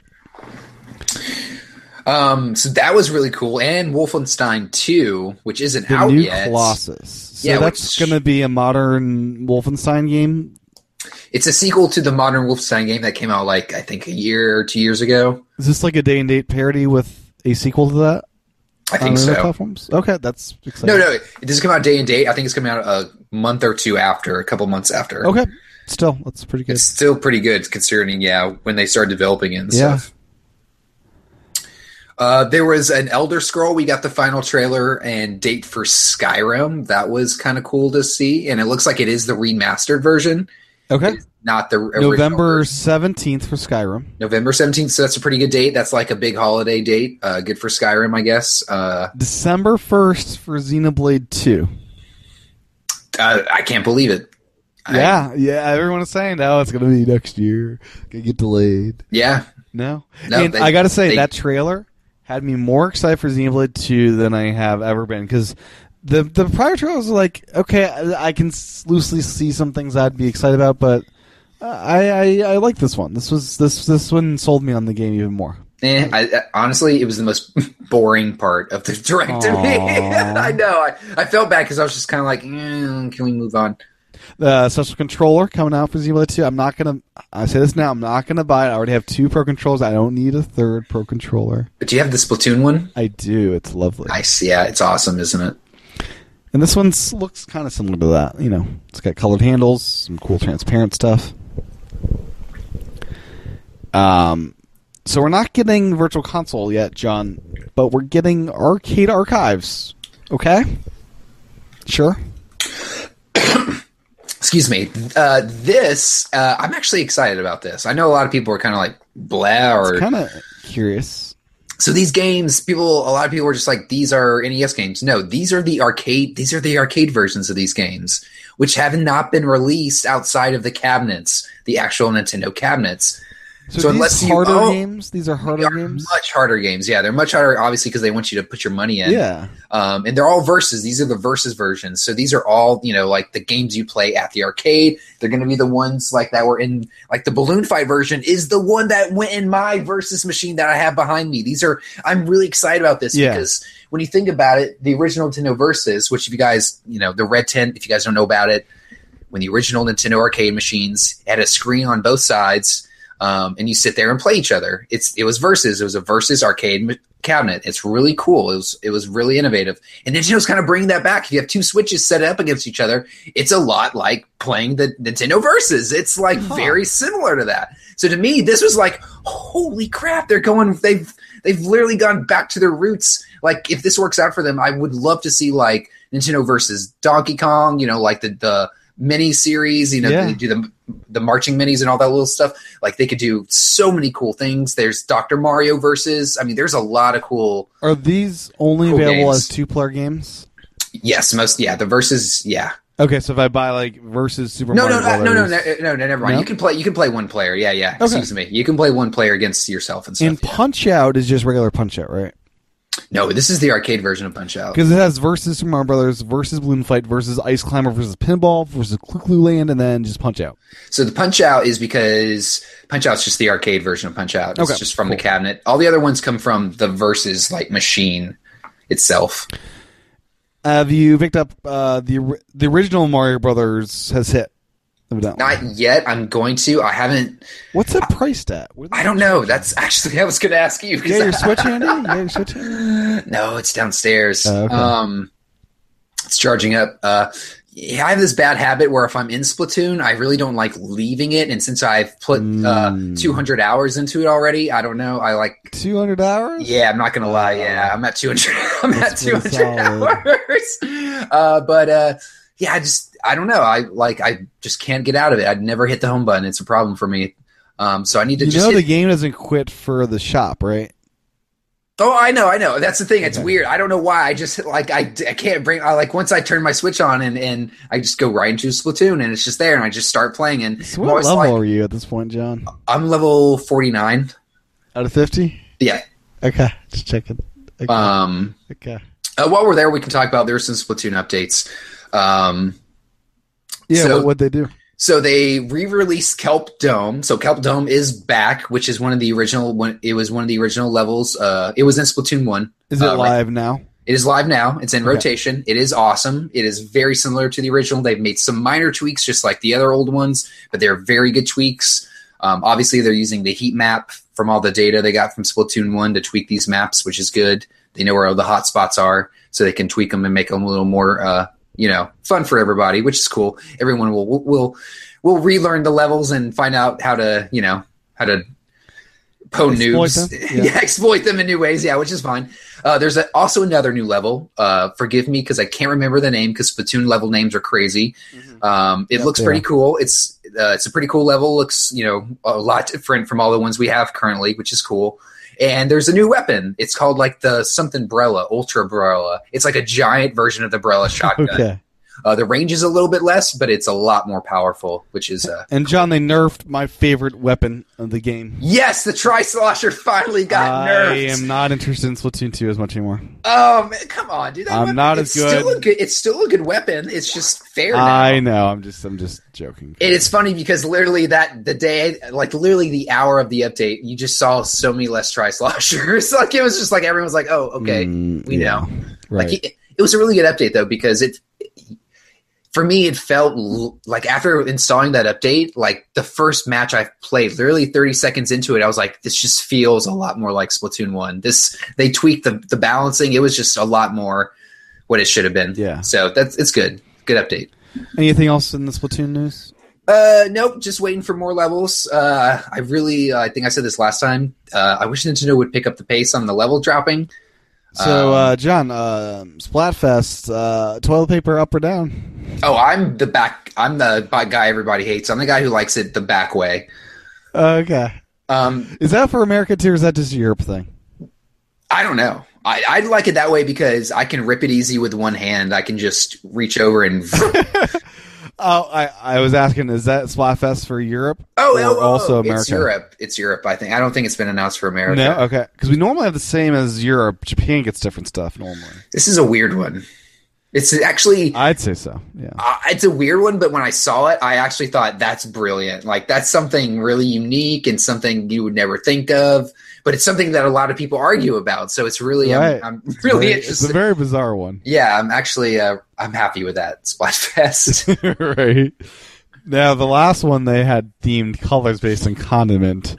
S3: um so that was really cool and wolfenstein 2 which isn't
S2: The
S3: out
S2: new
S3: yet
S2: Colossus. So
S3: Yeah,
S2: that's
S3: which-
S2: going to be a modern Wolfenstein game.
S3: it's a sequel to the modern wolfenstein game that came out like i think a year or two years ago
S2: Is this like a day and date parody with a sequel to that?
S3: i
S2: on
S3: think
S2: other
S3: so
S2: Platforms? Okay, that's exciting.
S3: No, no, it doesn't come out day and date. I think it's coming out a month or two after, a couple months after.
S2: Okay, still that's pretty good.
S3: It's still pretty good considering, yeah, when they started developing it and
S2: Yeah.
S3: stuff. Uh, there was an Elder Scroll. We got the final trailer and date for Skyrim. That was kind of cool to see, and it looks like it is the remastered version,
S2: Okay,
S3: not the original
S2: November
S3: version.
S2: seventeenth for Skyrim.
S3: November seventeenth. So that's a pretty good date. That's like a big holiday date. Uh, good for Skyrim, I guess. Uh,
S2: December first for Xenoblade Two.
S3: I, I can't believe it. I-
S2: Yeah, yeah. Everyone is saying, "Oh, it's gonna be next year. Gonna get delayed."
S3: yeah,
S2: No,
S3: No,
S2: and
S3: they-
S2: I gotta say
S3: they-
S2: that trailer had me more excited for Xenoblade Two than I have ever been because the the prior trailers were like, okay, I, I can s- loosely see some things I'd be excited about, but uh, I, I I like this one. This was this this one sold me on the game even more.
S3: Eh, I, I- honestly, it was the most (laughs) boring part of the direct (laughs) to me.
S2: Aw.
S3: I know. I, I felt bad because I was just kind of like, "Mm, can we move on?
S2: The special controller coming out for Xenoblade Two. I'm not gonna. I say this now. I'm not gonna buy it. I already have two pro controllers. I don't need a third pro controller.
S3: But do you have the Splatoon one?
S2: I do. It's lovely.
S3: Nice. Yeah, it's awesome, isn't it?
S2: And this one s- looks kind of similar to that. You know, it's got colored handles, some cool transparent stuff. Um, so we're not getting Virtual Console yet, John, but we're getting Arcade Archives. Okay? Sure.
S3: Excuse me. Uh, this, uh, I'm actually excited about this. I know a lot of people are kind of like, blah. Or,
S2: Kind of curious.
S3: so these games, people, a lot of people are just like, these are NES games. No, these are the arcade, these are the arcade versions of these games, which have not been released outside of the cabinets, the actual Nintendo cabinets.
S2: So,
S3: So
S2: these
S3: unless you
S2: harder
S3: own-
S2: games, these are harder
S3: They are
S2: games.
S3: much harder games. Yeah, they're much harder, obviously, because they want you to put your money in.
S2: yeah,
S3: Um, and they're all verses. These are the verses versions. So these are all, you know, like the games you play at the arcade. They're going to be the ones like that were in, like the balloon fight version is the one that went in my versus machine that I have behind me. These are, I'm really excited about this
S2: Yeah.
S3: because when you think about it, the original Nintendo versus, which if you guys, you know, the red tent, if you guys don't know about it, when the original Nintendo arcade machines had a screen on both sides, um, and you sit there and play each other. It's it was versus. It was a versus arcade m- cabinet. It's really cool. It was it was really innovative. And Nintendo's kind of bringing that back. If you have two switches set up against each other, it's a lot like playing the Nintendo versus. It's like very similar to that. So to me, this was like, holy crap! They're going. They've they've literally gone back to their roots. Like if this works out for them, I would love to see like Nintendo versus Donkey Kong. You know, like the the mini series. You know,
S2: Yeah.
S3: they do the the marching minis and all that little stuff. Like they could do so many cool things. There's Doctor Mario versus. I mean, there's a lot of cool.
S2: are these only
S3: Cool
S2: available
S3: games.
S2: as two player games?
S3: Yes, most yeah. The versus yeah.
S2: Okay, so if I buy like versus Super
S3: No, no,
S2: Mario
S3: no, no, no,
S2: Brothers-
S3: no, no, no, never mind.
S2: No?
S3: You can play. You can play one player. Yeah, yeah.
S2: Okay.
S3: Excuse me. You can play one player against yourself and stuff.
S2: and Punch Out is just regular Punch Out, right?
S3: no, this is the arcade version of Punch Out.
S2: Because it has versus Super Mario Brothers, versus Balloon Fight, versus Ice Climber, versus Pinball, versus Clue Clue Land, and then just Punch Out.
S3: So the Punch Out is because Punch Out's just the arcade version of Punch Out. It's
S2: Okay,
S3: just from the cabinet. All the other ones come from the versus like machine itself.
S2: Have you picked up uh, the or- the original Mario Brothers? Has hit. evidently.
S3: Not yet. I'm going to. I haven't.
S2: What's it priced at? Where the-
S3: I don't know. That's actually (laughs) I was going to ask you. 'cause
S2: yeah, your
S3: (laughs)
S2: Switch handy. Yeah, your Switch handy.
S3: No, it's downstairs.
S2: Oh, okay.
S3: Um, it's charging up. Uh, yeah, I have this bad habit where if I'm in Splatoon, I really don't like leaving it. And since I've put uh,
S2: Mm.
S3: 200 hours into it already, I don't know. I like
S2: Two hundred hours.
S3: yeah, I'm not gonna lie. Yeah, I'm at 200. (laughs) I'm at
S2: Uh, That's pretty
S3: 200
S2: solid.
S3: hours. Uh, but uh, yeah, I just I don't know. I like I just can't get out of it. I'd never hit the home button. It's a problem for me. Um, so I need to
S2: You
S3: just
S2: know
S3: hit-
S2: the game doesn't quit for the shop, right?
S3: Oh, I know, I know. That's the thing. It's weird. I don't know why. I just like I, I can't bring. I like once I turn my switch on and and I just go right into Splatoon and it's just there and I just start playing and
S2: So
S3: I'm
S2: what
S3: always
S2: level
S3: like-
S2: are you at this point, John?
S3: I'm level forty nine.
S2: Out of fifty.
S3: Yeah.
S2: Okay, just checking. Okay.
S3: Um.
S2: okay.
S3: uh, while we're there, we can talk about there were some Splatoon updates. Um.
S2: Yeah,
S3: so-
S2: what would they do?
S3: So they re-released Kelp Dome. So Kelp Dome is back, which is one of the original. One, it was one of the original levels. Uh, it was in Splatoon one.
S2: Is it
S3: Uh, right-
S2: live now?
S3: It is live now. It's in
S2: Okay.
S3: rotation. It is awesome. It is very similar to the original. They've made some minor tweaks, just like the other old ones, but they're very good tweaks. Um, obviously, they're using the heat map from all the data they got from Splatoon 1 to tweak these maps, which is good. They know where all the hot spots are, so they can tweak them and make them a little more, uh, you know, fun for everybody, which is cool. Everyone will will will relearn the levels and find out how to, you know, how to po
S2: Exploit
S3: noobs, (laughs)
S2: them,
S3: yeah.
S2: yeah.
S3: exploit them in new ways, yeah, which is fine. Uh, there's a, also another new level. Uh, forgive me because I can't remember the name because Splatoon level names are crazy. Um, it
S2: Yep,
S3: looks
S2: they
S3: pretty
S2: are.
S3: cool. It's uh, it's a pretty cool level. Looks you know a lot different from all the ones we have currently, which is cool. And there's a new weapon. It's called like the something Brella, Ultra Brella. It's like a giant version of the Brella shotgun.
S2: Okay.
S3: Uh, the range is a little bit less, but it's a lot more powerful, which is uh,
S2: And John, they nerfed my favorite weapon of the game.
S3: yes, the Tri Slosher finally got
S2: I
S3: nerfed.
S2: am not interested in Splatoon 2 as much anymore.
S3: Oh man, come on, dude! That
S2: I'm
S3: weapon-
S2: not
S3: it's
S2: as
S3: Still
S2: good.
S3: a good. It's still a good weapon. It's just fair. Now.
S2: I know. I'm just. I'm just joking.
S3: And it's funny because literally that the day, like literally the hour of the update, you just saw so many less try sloshers. (laughs) like it was just like everyone was like, "Oh, okay,
S2: Mm,
S3: we
S2: yeah,
S3: know."
S2: Right.
S3: Like it, it was a really good update though because it, for me, it felt l- like after installing that update, like the first match I played, literally thirty seconds into it, I was like, "This just feels a lot more like Splatoon One." This they tweaked the the balancing; it was just a lot more what it should have been.
S2: Yeah.
S3: So that's it's good, good update.
S2: Anything else in the Splatoon news?
S3: Uh, nope. Just waiting for more levels. Uh, I really, uh, I think I said this last time. Uh, I wish Nintendo would pick up the pace on the level dropping.
S2: So,
S3: Um,
S2: uh, John, uh, Splatfest, uh, toilet paper up or down?
S3: Oh, I'm the back. I'm the bi- guy everybody hates. I'm the guy who likes it the back way.
S2: Okay.
S3: Um,
S2: Is that for America too, or is that just a Europe thing?
S3: I don't know. I, I like it
S2: (laughs)
S3: that way because I can rip it easy with one hand. I can just reach over and
S2: Oh, I, I was asking, is that Splatfest for Europe?
S3: Oh,
S2: or
S3: oh, oh,
S2: also
S3: oh,
S2: America.
S3: It's Europe. It's Europe. I think. I don't think it's been announced for America.
S2: No, okay, because we normally have the same as Europe. Japan gets different stuff normally.
S3: This is a weird one. It's actually.
S2: I'd say so. Yeah.
S3: uh, it's a weird one, but when I saw it, I actually thought that's brilliant. Like that's something really unique and something you would never think of, but it's something that a lot of people argue about. So it's really,
S2: Right.
S3: I'm, I'm really
S2: Very- It's
S3: interested.
S2: a very bizarre one,
S3: yeah, I'm actually, uh, I'm happy with that (laughs) Splatfest.
S2: right? Now the last one they had themed colors based on condiment.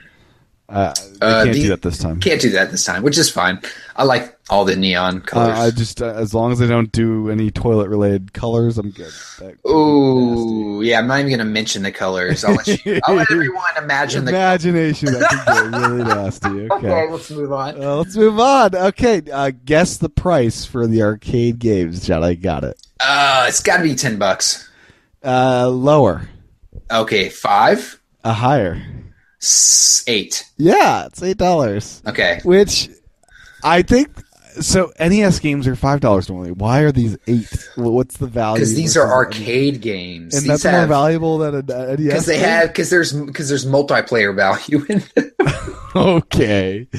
S2: Uh, they
S3: Uh,
S2: can't
S3: the-
S2: do that this time.
S3: Can't do that this time, which is fine. I like all the neon colors.
S2: Uh, I just uh, as long as they don't do any toilet related colors, I'm good. That-
S3: Ooh, yeah. I'm not even gonna mention the colors. I'll let, you, I'll
S2: (laughs)
S3: let everyone imagine the.
S2: imagination that can get really
S3: (laughs)
S2: nasty. Okay.
S3: Okay, let's move on.
S2: Uh, let's move on. Okay, uh, guess the price for the arcade games, John. I got it.
S3: Uh, it's got to be ten bucks.
S2: Uh, lower,
S3: Okay, five,
S2: a higher.
S3: s- eight.
S2: Yeah, it's eight dollars.
S3: Okay,
S2: Which I think so. NES games are five dollars normally. Why are these eight? Wh- What's the value?
S3: because these are
S2: versus-
S3: arcade games.
S2: and
S3: these
S2: that's more valuable than an uh, NES.
S3: because they
S2: game?
S3: have because there's because there's multiplayer value in. Them.
S2: (laughs) okay. (laughs)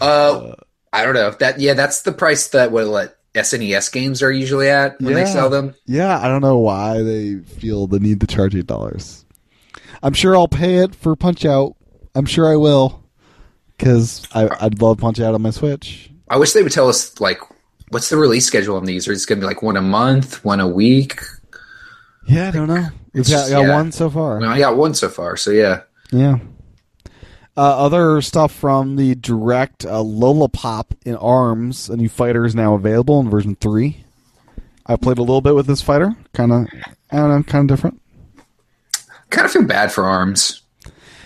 S3: Uh, I don't know that. Yeah, that's the price that what like, SNES games are usually at when they
S2: Yeah.
S3: sell them.
S2: yeah, I don't know why they feel the need to charge eight dollars. I'm sure I'll pay it for Punch Out. I'm sure I will, because I'd love Punch Out on my Switch.
S3: I wish they would tell us like what's the release schedule on these. Or it's going to be like one a month, one a week.
S2: Yeah, I don't know. We've
S3: It's
S2: got,
S3: just-
S2: got
S3: yeah.
S2: one so far.
S3: I mean, I got one so far. So yeah.
S2: Yeah. Uh, other stuff from the direct uh, Lollipop in Arms, a new fighter is now available in version 3. I played a little bit with this fighter. Kind of, I don't know, kind of different.
S3: kind of feel bad for arms.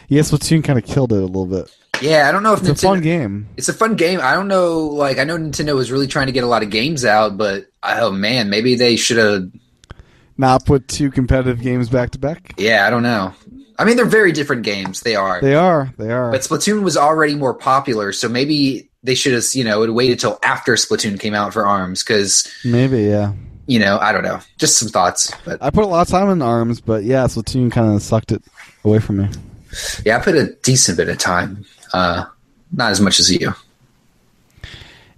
S2: Yeah, Splatoon kind of killed it a little bit.
S3: Yeah, I don't know if
S2: It's a
S3: Nintendo,
S2: fun game.
S3: It's a fun game. I don't know. Like, I know Nintendo was really trying to get a lot of games out, but oh man, maybe they should have.
S2: Not put two competitive games back to back.
S3: Yeah, I don't know. I mean, they're very different games. They are.
S2: They are. They are.
S3: but Splatoon was already more popular, so maybe they should have, you know, would waited till after Splatoon came out for Arms because,
S2: Maybe, yeah.
S3: you know, I don't know. Just some thoughts. But
S2: I put a lot of time in Arms, but yeah, Splatoon kind of sucked it away from me.
S3: yeah, I put a decent bit of time. Uh, not as much as you.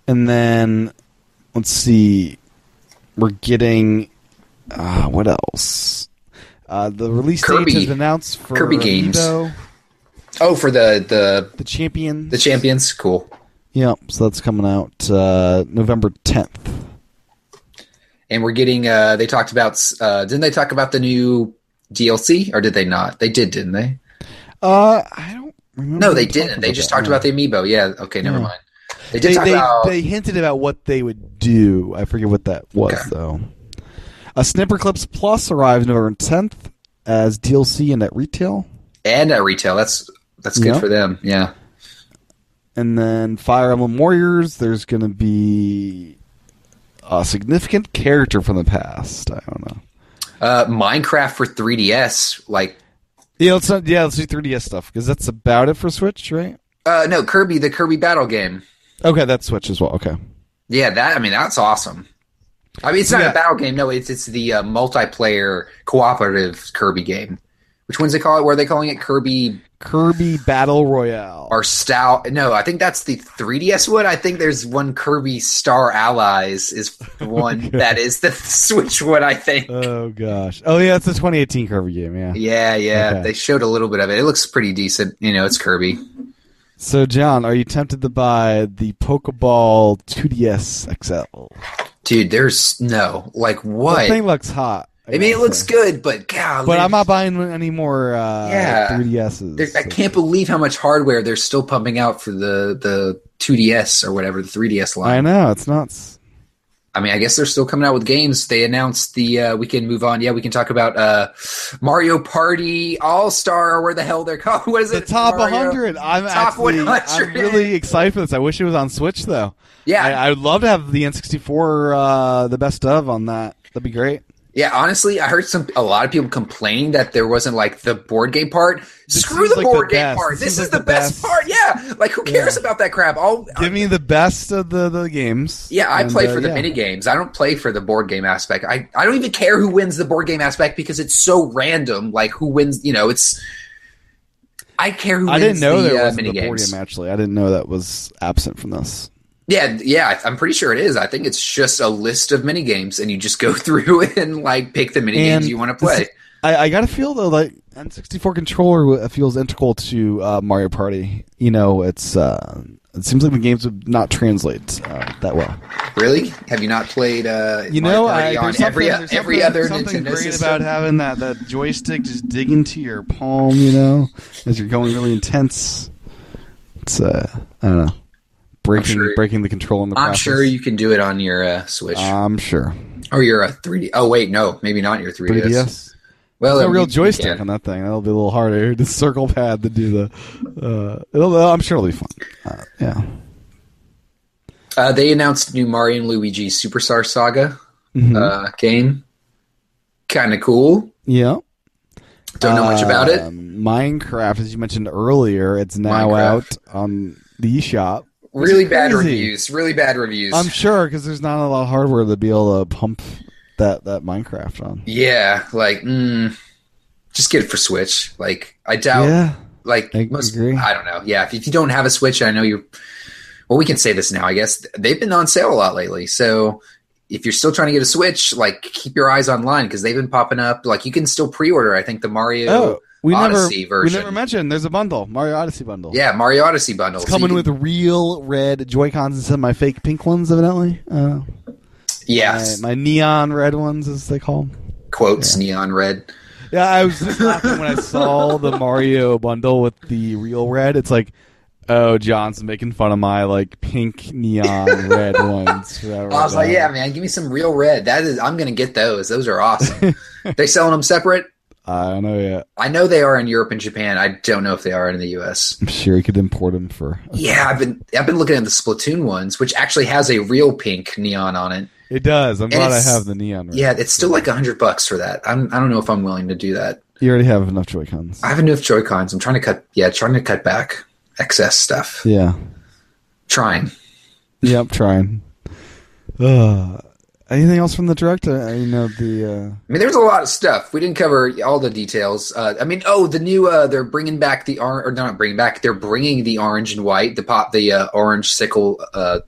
S2: And then let's see, we're getting uh, what else? Uh, the release
S3: Kirby.
S2: date is announced for
S3: Kirby games.
S2: Amiibo,
S3: Oh, for the the
S2: the champion.
S3: the champions, cool.
S2: yep, so that's coming out uh, November tenth.
S3: and we're getting uh they talked about uh didn't they talk about the new DLC or did they not? They did, didn't they?
S2: Uh, I don't remember.
S3: No, they
S2: talking
S3: didn't. They
S2: about
S3: just
S2: that.
S3: talked
S2: No.
S3: about the amiibo. Yeah, okay, never
S2: Yeah.
S3: mind. They did
S2: Hmm. They,
S3: talk
S2: they,
S3: about
S2: they hinted about what they would do. I forget what that was
S3: Okay.
S2: though. A Snipper Clips Plus arrives November tenth as DLC and at retail.
S3: and at retail. That's that's good
S2: Yeah.
S3: for them. Yeah.
S2: And then Fire Emblem Warriors, there's going to be a significant character from the past. I don't know.
S3: Uh Minecraft for 3DS like
S2: Yeah, let's not, yeah, let's do 3DS stuff because that's about it for Switch, right?
S3: uh no, Kirby the Kirby Battle game.
S2: Okay, that's Switch as well. Okay.
S3: Yeah, that I mean that's awesome. I mean it's not
S2: Yeah.
S3: a battle game. No, it's it's the uh, multiplayer cooperative Kirby game. Which ones they call it? Were they calling it Kirby
S2: Kirby Battle Royale.
S3: or Star. No, I think that's the 3DS one. I think there's one Kirby Star Allies is
S2: (laughs)
S3: the one that is the Switch one. I think.
S2: oh gosh. Oh yeah, it's a 2018 Kirby game. Yeah.
S3: yeah, yeah.
S2: Okay.
S3: They showed a little bit of it. It looks pretty decent. You know, it's Kirby.
S2: So John, are you tempted to buy the Pokeball 2DS XL?
S3: Dude, there's no like
S2: That
S3: what.
S2: thing looks hot.
S3: I mean, it
S2: gotta
S3: looks
S2: say.
S3: good, but God,
S2: But I'm not buying any more uh,
S3: Yeah.
S2: 3DSs.
S3: I
S2: so-
S3: can't believe how much hardware they're still pumping out for the the 2DS or whatever the 3DS
S2: I
S3: line.
S2: know it's nuts.
S3: I mean, I guess they're still coming out with games. They announced the uh, we can move on. Yeah, we can talk about uh, Mario Party All Star or where the hell they're (laughs) called. What is
S2: The
S3: it?
S2: top
S3: Mario-
S2: 100. I'm
S3: Top
S2: actually
S3: 100.
S2: I'm really excited for this. I wish it was on Switch though.
S3: Yeah,
S2: I, I would love to have the N64 uh, the best of on that. That'd be great.
S3: Yeah, honestly, I heard some a lot of people complain that there wasn't like the board game part.
S2: This
S3: Screw
S2: seems
S3: the
S2: like the
S3: board game
S2: best.
S3: part.
S2: This
S3: This,
S2: seems like
S3: is the
S2: the
S3: best,
S2: best.
S3: part. Yeah, like who cares about that crap? I'll,
S2: Give me the best of the, the games.
S3: Oh, yeah, I
S2: and,
S3: play
S2: uh,
S3: for the
S2: yeah.
S3: mini games. I don't play for the board game aspect. I, I don't even care who wins the board game aspect because it's so random. Like who wins, you know, it's. I care who
S2: I
S3: wins
S2: didn't know
S3: the
S2: there
S3: uh,
S2: was
S3: mini
S2: the board
S3: games.
S2: game actually. I didn't know that was absent from this.
S3: Yeah, yeah, I- I'm pretty sure it is. I think it's just a list of mini games, and you just go (laughs) through and like pick the mini games
S2: And
S3: you want to
S2: this
S3: play.
S2: is- I, I gotta feel though like N64 controller w- uh, feels integral to uh, Mario Party. You know, it's uh, it seems like the games would not translate uh, that well.
S3: Really? Have you not played? Uh,
S2: You
S3: Mario
S2: know, I, there's
S3: Party on every
S2: something, there's
S3: every
S2: something-
S3: other
S2: there's something
S3: Nintendo
S2: great
S3: system?
S2: about having that that joystick just dig into your palm. You know, as you're going really intense. It's uh, I don't know, breaking
S3: sure-
S2: breaking the control in the
S3: I'm
S2: process.
S3: sure you can do it on your uh, Switch
S2: I'm sure.
S3: or your uh, 3D. Oh wait, no, maybe not your 3DS.
S2: 3DS.
S3: Well,
S2: There's no
S3: it-
S2: real
S3: you
S2: joystick
S3: can.
S2: on that thing. That'll be a little harder to circle pad to do the. Uh, it'll, I'm sure it'll be fun. Uh, yeah.
S3: Uh, they announced new Mario and Luigi Superstar Saga
S2: Mm-hmm.
S3: uh, game. Kind of cool.
S2: Yeah.
S3: Don't know much about
S2: Um,
S3: it.
S2: Minecraft, as you mentioned earlier, it's now
S3: Minecraft.
S2: out on the eShop. which
S3: Really
S2: is
S3: bad
S2: crazy.
S3: reviews. Really bad
S2: (laughs)
S3: reviews.
S2: I'm sure because there's not a lot of hardware to be able to pump that that Minecraft on.
S3: yeah, like mm, just get it for Switch. Like I doubt.
S2: Yeah.
S3: like
S2: I
S3: most,
S2: agree.
S3: I don't know. Yeah, if, if you don't have a Switch, I know you. Well, we can say this now. I guess they've been on sale a lot lately. So if you're still trying to get a Switch, like keep your eyes online because they've been popping up. Like you can still pre-order. I think the Mario.
S2: Oh, we
S3: Odyssey
S2: never
S3: version.
S2: we never mentioned there's a bundle Mario Odyssey bundle.
S3: Yeah, Mario Odyssey bundle.
S2: It's
S3: So you
S2: coming
S3: can-
S2: with real red Joy Cons instead of my fake pink ones, evidently. Uh,
S3: yeah
S2: my, my neon red ones, as they call them.
S3: quotes neon red.
S2: Yeah, I was just laughing when I saw the Mario bundle with the real red. It's like, oh, John's making fun of my like pink neon
S3: (laughs)
S2: red ones. Forever.
S3: I was like, yeah, man, give me some real red. That is, I'm gonna get those. Those are awesome. they selling them separate.
S2: I don't know yet.
S3: I know they are in Europe and Japan. I don't know if they are in the U.S.
S2: I'm sure he could import them for.
S3: Yeah, I've been I've been looking at the Splatoon ones, which actually has a real pink neon on it.
S2: It does. I'm glad I
S3: it's-
S2: have the neon. Red.
S3: Yeah, it's still like a hundred bucks for that. I'm I don't know if I'm willing to do that.
S2: you already have enough Joy Cons.
S3: I have enough Joy Cons. I'm trying to cut. Yeah, trying to cut back excess stuff.
S2: Yeah.
S3: Trying.
S2: Yeah, I'm trying. Uh, anything else from the direct? Uh, you know the. Uh,
S3: I mean, there's a lot of stuff we didn't cover all the details. Uh, I mean, oh, the new uh, they're bringing back the orange or not bringing back. They're bringing the orange and white. The pop the uh, orange sickle. Uh,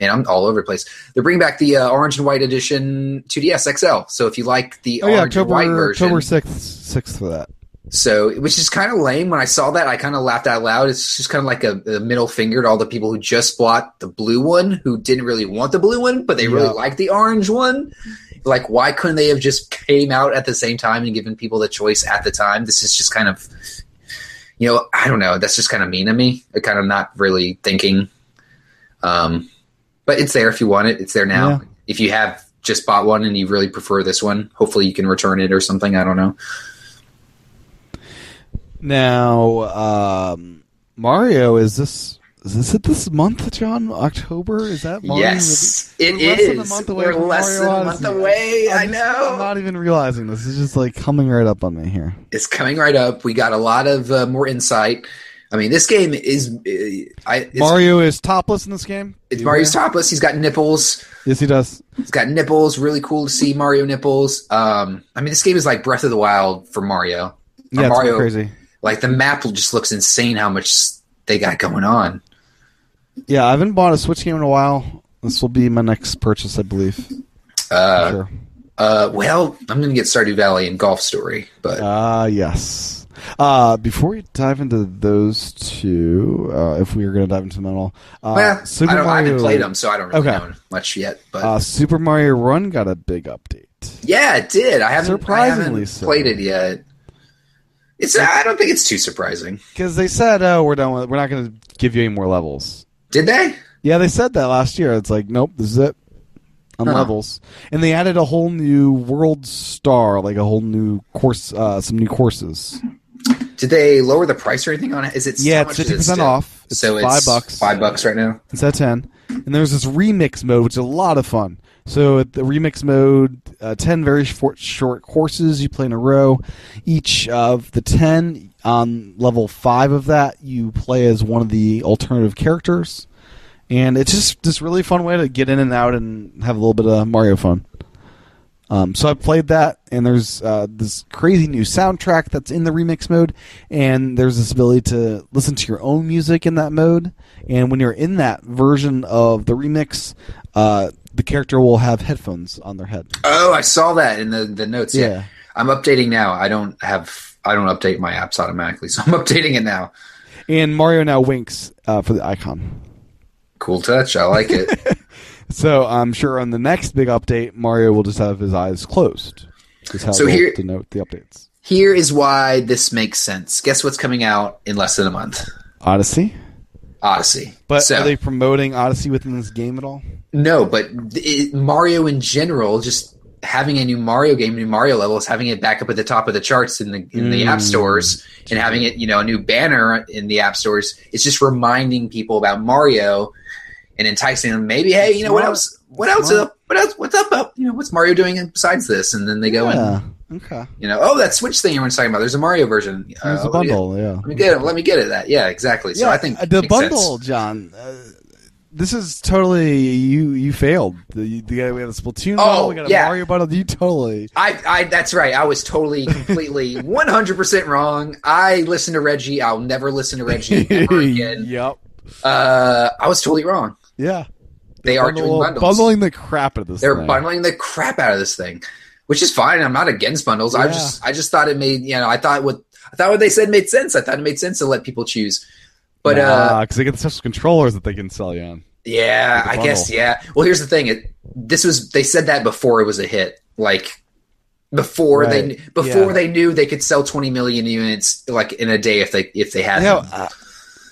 S3: and I'm all over the place. They're bringing back the uh, orange and white edition 2DS XL. So if you like the
S2: oh
S3: orange
S2: yeah,
S3: and white
S2: October
S3: version,
S2: October sixth sixth for that.
S3: So, which is kind of lame. When I saw that, I kind of laughed out loud. It's just kind of like a, a middle finger to all the people who just bought the blue one, who didn't really want the blue one, but they really
S2: Yeah.
S3: liked the orange one. Like, why couldn't they have just came out at the same time and given people the choice at the time? This is just kind of, you know, I don't know. That's just kind of mean to me. I kind of not really thinking. Um, but it's there if you want it. It's there now.
S2: Yeah.
S3: If you have just bought one and you really prefer this one, hopefully you can return it or something. I don't know.
S2: Now, um, Mario, is this is this it this month, John? October? Is that Mario?
S3: Yes,
S2: release? We're
S3: it
S2: less than a
S3: is.
S2: month away
S3: We're
S2: from
S3: less
S2: Mario
S3: than a month
S2: Odyssey.
S3: away. I
S2: I'm just- I'm
S3: know.
S2: not even realizing this. It's just like coming right up on me here.
S3: It's coming right up. We got a lot of uh, more insight. I mean, this game is. Uh, I, it's,
S2: Mario is topless in this game.
S3: it's
S2: You
S3: Mario's
S2: aware?
S3: topless. He's got nipples.
S2: Yes, he does.
S3: He's got nipples. Really cool to see Mario nipples. Um, I mean, this game is like Breath of the Wild for Mario. Or
S2: Yeah, it's
S3: Mario.
S2: crazy.
S3: Like the map just looks insane. How much they got going on.
S2: Yeah, I haven't bought a Switch game in a while. This will be my next purchase, I believe.
S3: Uh,
S2: sure.
S3: uh, well, I'm gonna get Stardew Valley and Golf Story, but
S2: Ah, yes. Uh, before we dive into those two, uh, if we are going to dive into them at all, uh,
S3: well,
S2: Super
S3: I, don't, I haven't
S2: Mario-
S3: played them, so I don't really
S2: Okay.
S3: know much yet. But
S2: Uh, Super Mario Run got a big update.
S3: Yeah, it did. I haven't, I
S2: Surprisingly
S3: haven't
S2: so.
S3: played it yet. It's. I don't think it's too surprising.
S2: Because they said, "Oh, we're done with. We're not going to give you any more levels."
S3: Did they?
S2: Yeah, they said that last year. It's like, nope, this is it. On
S3: Huh.
S2: levels, and they added a whole new world star, like a whole new course, uh, some new courses.
S3: Did they lower the price or anything on it? Is it?
S2: Yeah,
S3: how
S2: it's
S3: much is it
S2: 50%
S3: still?
S2: off. It's
S3: so
S2: five
S3: it's
S2: bucks.
S3: Five bucks right now.
S2: It's at ten, and there's this remix mode, which is a lot of fun. So at the remix mode, uh, ten very short, short courses you play in a row. Each of the ten on level five of that, you play as one of the alternative characters, and it's just this really fun way to get in and out and have a little bit of Mario fun. Um, so I played that, and there's uh, this crazy new soundtrack that's in the remix mode, and there's this ability to listen to your own music in that mode. And when you're in that version of the remix, uh, the character will have headphones on their head.
S3: Oh, I saw that in the, the notes. Yeah.
S2: Yeah.
S3: I'm updating now. I don't have I don't update my apps automatically, (laughs) so I'm updating it now.
S2: And Mario now winks uh, for the icon.
S3: Cool touch. I
S2: (laughs)
S3: like it.
S2: So I'm sure on the next big update, Mario will just have his eyes closed. Is how
S3: So
S2: they'll
S3: here-
S2: denote the updates.
S3: Here is why this makes sense. Guess what's coming out in less than a month?
S2: Odyssey.
S3: Odyssey.
S2: But
S3: So-
S2: are they promoting Odyssey within this game at all?
S3: No, but it, Mario in general, just having a new Mario game, new Mario levels, having it back up at the top of the charts in the in the
S2: Hmm.
S3: app stores, and having it, you know, a new banner in the app stores, it's just reminding people about Mario and enticing them. Maybe, hey, you know, what
S2: Smart.
S3: else? What else?
S2: Smart.
S3: Up, what else? What's up? Up? You know, what's Mario doing besides this? And then they go and
S2: Yeah. Okay.
S3: you know, oh, that Switch thing everyone's talking about. There's a Mario version.
S2: There's
S3: Uh,
S2: a bundle. Yeah.
S3: Let me get it. Let me get it. That yeah, exactly. So I think
S2: uh, the
S3: makes sense.
S2: bundle, John. Uh, this is totally you. You failed. The, the, we had a Splatoon bundle. We got a
S3: Oh, yeah.
S2: Mario bundle. You
S3: (laughs)
S2: totally.
S3: I, I that's right. I was
S2: (laughs)
S3: totally, completely, one hundred percent wrong. I listened to Reggie. I'll never listen
S2: (laughs)
S3: to Reggie ever again.
S2: yep.
S3: Uh, I was totally wrong.
S2: Yeah.
S3: They are doing
S2: Bundle-
S3: bundles.
S2: Bundling the crap out of this.
S3: They're
S2: thing.
S3: bundling the crap out of this thing, which is fine. I'm not against bundles. I
S2: Yeah.
S3: just I just thought it made you know I thought what I thought what they said made sense. I thought it made sense to let people choose. But uh,
S2: because they get the special controllers that they can sell you on.
S3: yeah,
S2: the
S3: I guess
S2: bundle.
S3: yeah. Well, here's the thing. It, this was they said that before it was a hit. Like before they
S2: Right.
S3: before
S2: Yeah.
S3: they knew they could sell 20 million units like in a day if they if they had
S2: Yeah,
S3: them.
S2: uh,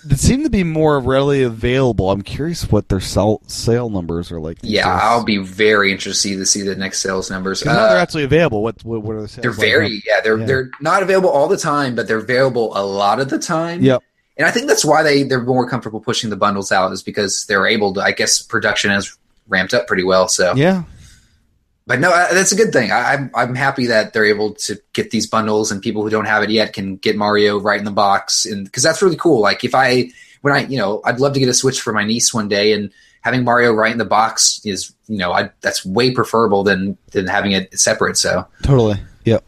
S2: they seem to be more readily available. I'm curious what their sell, sale numbers are like.
S3: Yeah, I'll be very interested to see the next sales numbers.
S2: Because now they're
S3: Uh,
S2: actually available. What what, what are the sales?
S3: they're
S2: like now?
S3: very yeah they're
S2: Yeah.
S3: they're not available all the time, but they're available a lot of the time.
S2: Yep.
S3: and I think that's why they they're more comfortable pushing the bundles out is because they're able to. I guess production has ramped up pretty well. So,
S2: Yeah.
S3: but no, I, that's a good thing. I, I'm I'm happy that they're able to get these bundles and people who don't have it yet can get Mario right in the box, and because that's really cool. Like if I when I you know I'd love to get a Switch for my niece one day, and having Mario right in the box is you know I that's way preferable than than having it separate. So
S2: Totally. Yep.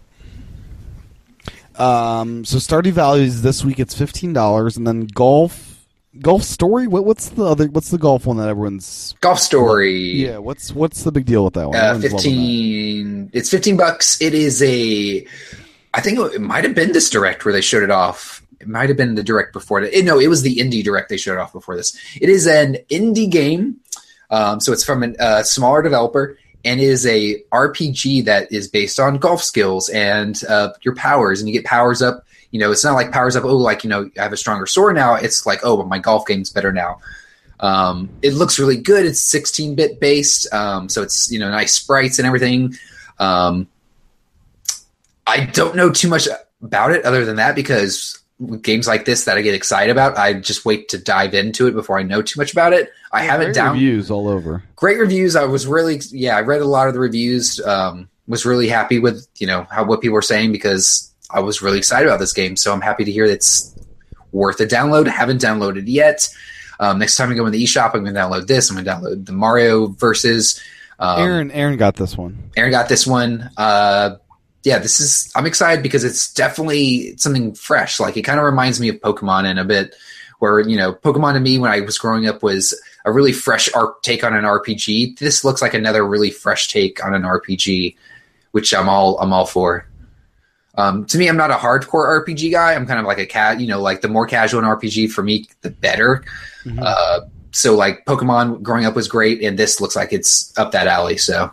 S2: Um, so Stardew Valley is this week. It's fifteen dollars, and then golf, golf story. What, what's the other? What's the golf one that everyone's?
S3: Golf Story,
S2: Yeah. What's what's the big deal with that one?
S3: uh,
S2: Everyone's loving
S3: fifteen. It's fifteen bucks. It is a. I think it might have been this direct where they showed it off. It might have been the direct before that. It, no, it was the indie direct they showed off before this. It is an indie game, um, so it's from a uh, smaller developer and it is a RPG that is based on golf skills and uh, your powers, and you get powers up. You know, it's not like powers up. Oh, like you know, I have a stronger sword now. It's like oh, my golf game's better now. Um, it looks really good. It's 16-bit based, um, so it's you know nice sprites and everything. Um, I don't know too much about it other than that because with games like this that I get excited about, I just wait to dive into it before I know too much about it. I
S2: that.
S3: haven't
S2: Great
S3: down
S2: reviews all over.
S3: great reviews. I was really yeah, I read a lot of the reviews. Um, was really happy with you know how what people were saying because I was really excited about this game. So I'm happy to hear it's worth a download. Haven't downloaded yet. Um, next time I go in the eShop, I'm going to download this. I'm going to download the Mario versus. Um,
S2: Aaron Aaron got this one.
S3: Aaron got this one. Uh, yeah, this is. I'm excited because it's definitely something fresh. Like it kind of reminds me of Pokemon in a bit, where you know, Pokemon to me when I was growing up was a really fresh ar- take on an RPG. This looks like another really fresh take on an RPG, which I'm all I'm all for. Um, to me, I'm not a hardcore RPG guy. I'm kind of like a cat. You know, like the more casual an RPG for me, the better.
S2: Mhm.
S3: Uh, so like Pokemon growing up was great, and this looks like it's up that alley. So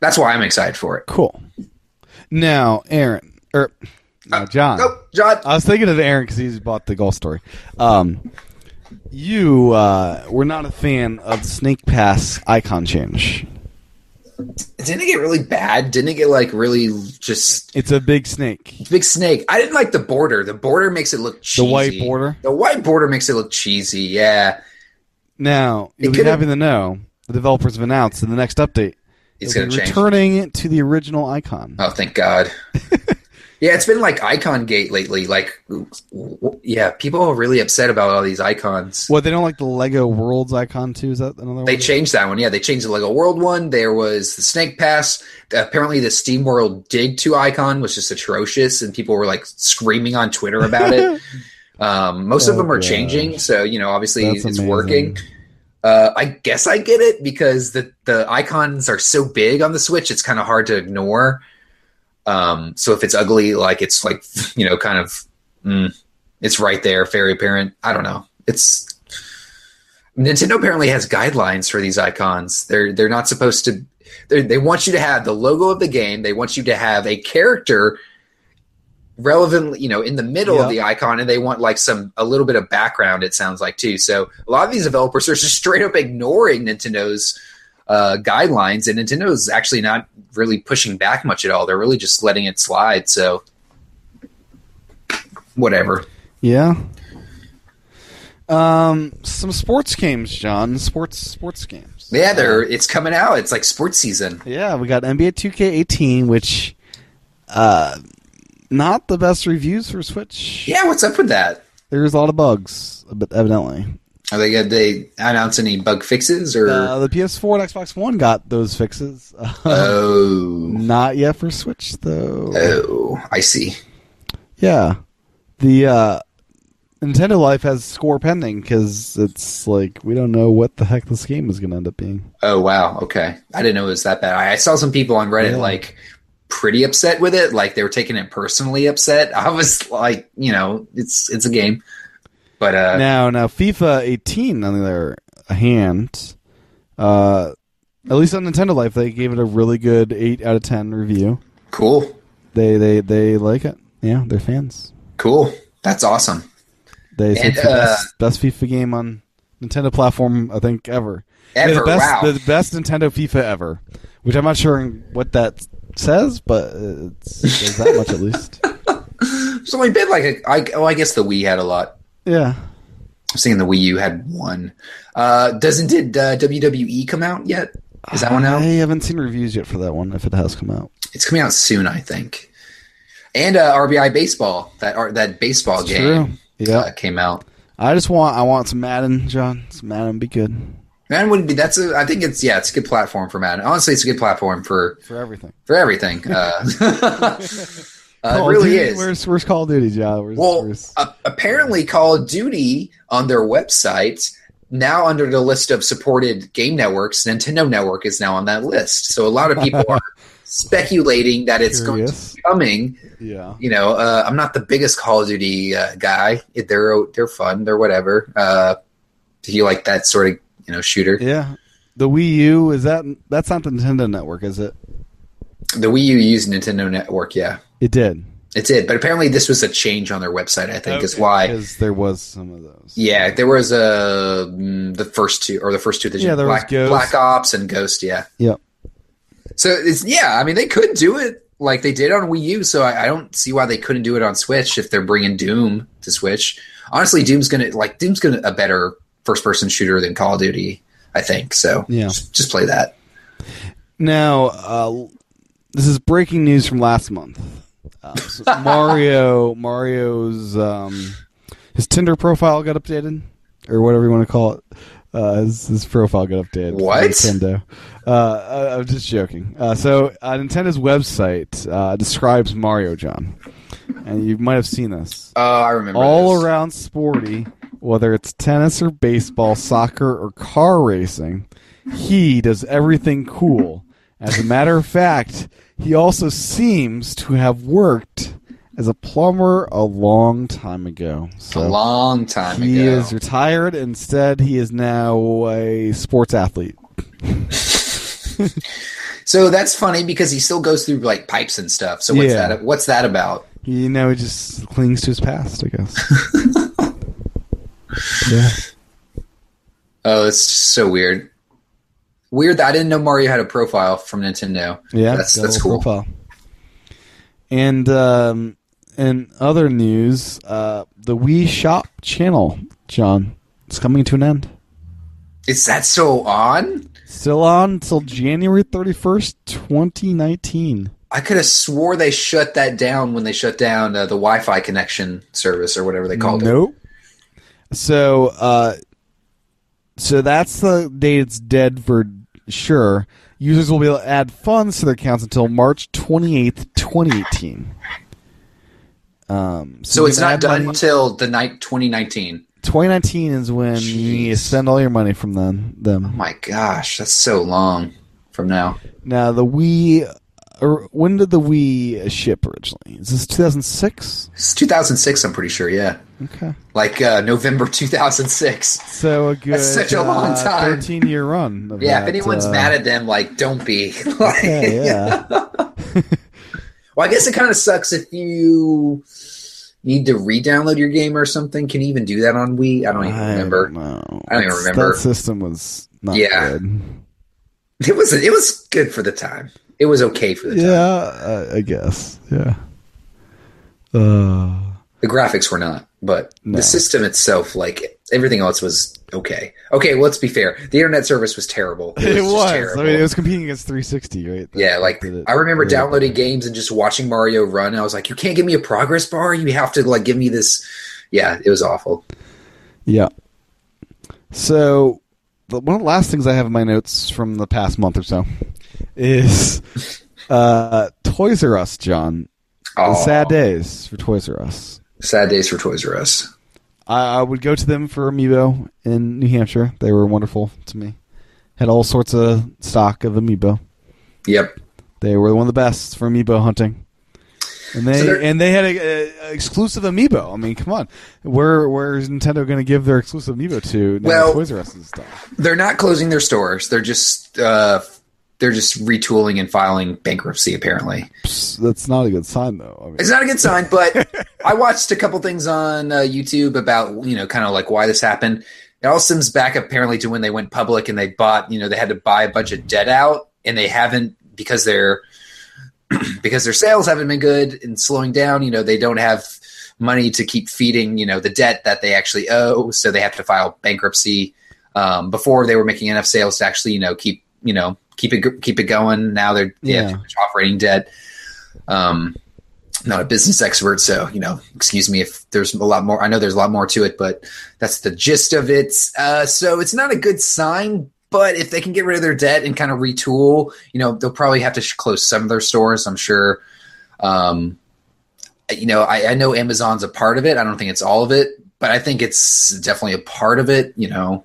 S3: that's why I'm excited for it.
S2: Cool. Now Aaron or now, John.
S3: Oh, John.
S2: I was thinking of Aaron because he's bought the golf story. Um, you uh, were not a fan of the Snake Pass icon change.
S3: Didn't it get really bad? Didn't it get like really just
S2: It's a big snake.
S3: big snake? I didn't like the border. The border makes it look
S2: The
S3: cheesy.
S2: white border.
S3: The white border makes it look cheesy. Yeah.
S2: Now
S3: It
S2: you'll be
S3: could've-
S2: happy to know the developers have announced in the next update.
S3: It's
S2: It'll
S3: going
S2: be
S3: to change.
S2: returning to the original icon.
S3: Oh,
S2: (laughs)
S3: thank God. yeah, it's been like Icon Gate lately. Like, w- w- yeah, people are really upset about all these icons.
S2: What they don't like the Lego Worlds icon too? Is that another
S3: They
S2: one?
S3: changed that one. Yeah, they changed the Lego World one. There was the Snake Pass. Apparently, the Steam World Dig 2 icon was just atrocious, and people were like screaming on Twitter
S2: (laughs)
S3: about it. Um, most of
S2: Oh,
S3: them are
S2: gosh.
S3: changing, so you know, obviously,
S2: That's
S3: it's
S2: amazing.
S3: working. Uh, I guess I get it because the the icons are so big on the Switch; it's kind of hard to ignore. Um, so if it's ugly, like it's like you know, kind of, mm, it's right there, very apparent. I don't know. It's Nintendo apparently has guidelines for these icons. They're they're not supposed to. They they want you to have the logo of the game. They want you to have a character relevant, you know, in the middle
S2: Yeah.
S3: of the icon, and they want like some a little bit of background. It sounds like too. So a lot of these developers are just (laughs) straight up ignoring Nintendo's uh, guidelines, and Nintendo's actually not really pushing back much at all. They're really just letting it slide. So whatever.
S2: Yeah. Um, some sports games, John. Sports sports games.
S3: Yeah, they're it's coming out. It's like sports season.
S2: Yeah, we got NBA 2K18, which uh not the best reviews for Switch.
S3: Yeah, what's up with that?
S2: There's a lot of bugs, but evidently.
S3: Are they gonna they announce any bug fixes or
S2: Uh, the PS4 and Xbox One got those fixes. (laughs)
S3: Uh-huh. oh
S2: not yet for Switch though.
S3: oh I see.
S2: Yeah. The uh, Nintendo Life has score pending because it's like we don't know what the heck this game is going to end up being.
S3: Oh wow, okay. I didn't know it was that bad. I, I saw some people on Reddit
S2: Yeah.
S3: like pretty upset with it, like they were taking it personally upset. (laughs) I was like, you know, it's it's a game. But uh
S2: now, now FIFA 18 on the other hand, uh, at least on Nintendo Life, they gave it a really good eight out of ten review.
S3: cool.
S2: They they they like it. Yeah, they're fans.
S3: Cool. That's awesome.
S2: They say
S3: And,
S2: it's the
S3: uh,
S2: best, best FIFA game on Nintendo platform I think ever.
S3: Ever
S2: the best,
S3: wow.
S2: the best Nintendo FIFA ever, which I'm not sure what that says, but it's, it's that much at least.
S3: There's only been like a I oh I guess the Wii had a lot.
S2: Yeah,
S3: I'm seeing the Wii U had one. Uh doesn't did uh, WWE come out yet? Is that one out?
S2: I haven't seen reviews yet for that one. If it has come out,
S3: It's coming out soon, I think. And uh, RBI baseball that are that baseball
S2: It's true.
S3: game
S2: Yeah,
S3: uh, came out.
S2: I just want I want some Madden, John. Some Madden be good
S3: Madden would be that's a I think it's yeah it's a good platform for Madden. Honestly, it's a good platform for
S2: for everything.
S3: for everything.
S2: (laughs)
S3: Uh, (laughs) uh,
S2: Call
S3: it
S2: of
S3: really
S2: Duty?
S3: is.
S2: Where's, where's Call of Duty, John? Where's,
S3: Well,
S2: where's-
S3: uh, apparently, Call of Duty on their website now under the list of supported game networks, Nintendo Network is now on that list. So a lot of people are speculating that it's going
S2: Curious.
S3: to be coming.
S2: yeah.
S3: you know, uh, I'm not the biggest Call of Duty uh, guy. It- They're they're fun. They're whatever. Uh, if you like that sort of you know shooter,
S2: Yeah. The Wii U is that that's not the Nintendo network, is it?
S3: the Wii U used Nintendo Network. Yeah,
S2: It did.
S3: it's it. But apparently, this was a change on their website. I think is why.
S2: because there was some of those.
S3: Yeah, there was uh, mm, the first two or the first two. that
S2: Yeah,
S3: you-
S2: there was
S3: Black,
S2: Ghost.
S3: Black Ops and Ghost. Yeah.
S2: Yep.
S3: So it's yeah. I mean, they could do it like they did on Wii U. So I, I don't see why they couldn't do it on Switch if they're bringing Doom to Switch. Honestly, Doom's gonna like Doom's gonna a better first person shooter than Call of Duty. I think so.
S2: Yeah.
S3: just, just play that.
S2: Now, uh, this is breaking news from last month. Uh, so Mario, Mario's um, his Tinder profile got updated, or whatever you want to call it. Uh, his, his profile got updated. for
S3: What?
S2: Nintendo. Uh, I, I'm just joking. Uh, so, uh, Nintendo's website uh, describes Mario John, and you might have seen this
S3: Oh, I remember
S2: all
S3: this.
S2: around sporty, whether it's tennis or baseball, soccer or car racing. He does everything cool. As a matter of fact, he also seems to have worked as a plumber a long time ago. So
S3: a long time
S2: he
S3: ago.
S2: is retired. Instead, he is now a sports athlete.
S3: so that's funny because he still goes through like pipes and stuff. So what's
S2: Yeah.
S3: that? What's that about?
S2: You know, he just clings to his past, I guess.
S3: (laughs)
S2: yeah.
S3: Oh, it's just so weird. Weird that I didn't know Mario had a profile from Nintendo.
S2: Yeah,
S3: that's
S2: got a
S3: that's
S2: little
S3: cool.
S2: profile. And um, in other news, uh, the Wii Shop channel, John, it's coming to an end.
S3: Is that so on?
S2: Still on till January 31st, 2019.
S3: I could have swore they shut that down when they shut down uh, the Wi-Fi connection service or whatever they called it.
S2: Nope. So, uh, so that's the date it's dead for sure. Users will be able to add funds to their accounts until March 28th, 2018. Um,
S3: So
S2: you
S3: it's
S2: can
S3: not
S2: add
S3: done
S2: money-
S3: till the night 2019.
S2: 2019 is when you
S3: Jeez.
S2: spend all your money from them. them.
S3: Oh my gosh, that's so long from now.
S2: Now the Wii, or when did the Wii ship originally? Is this 2006?
S3: It's 2006, I'm pretty sure. Yeah,
S2: Okay,
S3: like uh, November (laughs) 2006.
S2: so a good
S3: such a long
S2: uh,
S3: time.
S2: 13 year run. of
S3: Yeah, if
S2: that,
S3: anyone's
S2: uh,
S3: mad at them, like, don't be. (laughs) like,
S2: yeah, yeah.
S3: Well, I guess it kind of sucks if you need to re-download your game or something. Can you even do that on Wii? I don't even remember.
S2: know.
S3: I don't even
S2: That's-
S3: remember.
S2: That system was not
S3: Yeah. (laughs)
S2: good.
S3: It was it was good for the time. It was okay for the
S2: Yeah,
S3: time.
S2: uh, I guess. Yeah. Uh,
S3: The graphics were not, but
S2: No.
S3: the system itself, like everything else, was okay. Okay, well, let's be fair. The internet service was terrible. It was.
S2: it
S3: just
S2: was.
S3: terrible.
S2: I mean, it was competing against 360, right?
S3: yeah, like
S2: Did it-
S3: I remember
S2: did it-
S3: downloading games and just watching Mario run. I was like, you can't give me a progress bar. You have to like give me this. Yeah, it was awful.
S2: Yeah. So, the, one of the last things I have in my notes from the past month or so is uh, Toys R Us, John.
S3: Aw.
S2: Sad days for Toys R Us.
S3: Sad days for Toys R Us.
S2: I, I would go to them for Amiibo in New Hampshire. They were wonderful to me. Had all sorts of stock of Amiibo.
S3: Yep.
S2: They were one of the best for Amiibo hunting. And they
S3: So they're-
S2: and they had a, a, a exclusive Amiibo. I mean, come on, where where is Nintendo going to give their exclusive Amiibo to? Now
S3: Well-
S2: Toys R Us and stuff.
S3: they're not closing their stores. They're just uh, they're just retooling and filing bankruptcy. Apparently,
S2: Psst, That's not a good sign, though. I mean,
S3: it's not a good sign. But I watched a couple things on uh, YouTube about you know kind of like why this happened. It all stems back apparently to when they went public and they bought you know they had to buy a bunch of debt out and they haven't because their (clears throat) because their sales haven't been good and slowing down. You know they don't have money to keep feeding you know the debt that they actually owe, so they have to file bankruptcy um, before they were making enough sales to actually you know keep you know keep it keep it going. Now they're they have
S2: Yeah.
S3: too much operating debt. Um, not a business expert, so you know, excuse me if there's a lot more. I know there's a lot more to it, but that's the gist of it. Uh, so it's not a good sign. But if they can get rid of their debt and kind of retool, you know, they'll probably have to sh- close some of their stores. I'm sure. Um, you know, I, I know Amazon's a part of it. I don't think it's all of it, but I think it's definitely a part of it. You know,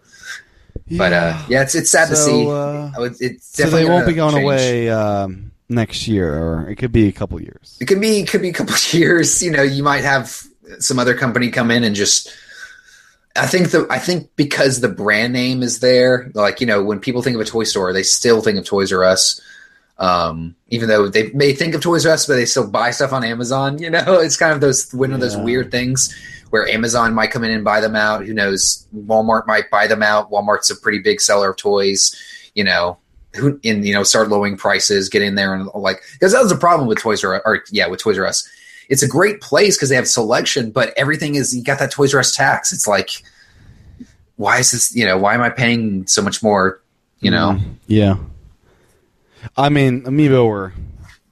S3: but uh, yeah, it's it's sad to
S2: So,
S3: see.
S2: uh,
S3: I would- it's
S2: so they
S3: definitely
S2: won't be
S3: gonna
S2: going
S3: change.
S2: away um, next year, or it could be a couple years.
S3: It could be could be a couple (laughs) of years. You know, you might have some other company come in and just. I think the I think because the brand name is there, like you know, when people think of a toy store, they still think of Toys R Us. Um, even though they may think of Toys R Us, but they still buy stuff on Amazon. (laughs) You know, it's kind of those one of those
S2: Yeah.
S3: weird things where Amazon might come in and buy them out. Who knows? Walmart might buy them out. Walmart's a pretty big seller of toys. You know, who and you know start lowering prices, get in there and like because that was a problem with Toys R or yeah with Toys R Us. It's a great place because they have selection, but everything is you got that Toys R Us tax. It's like why is this you know why am I paying so much more? You know
S2: Mm-hmm. Yeah. I mean, Amiibo were.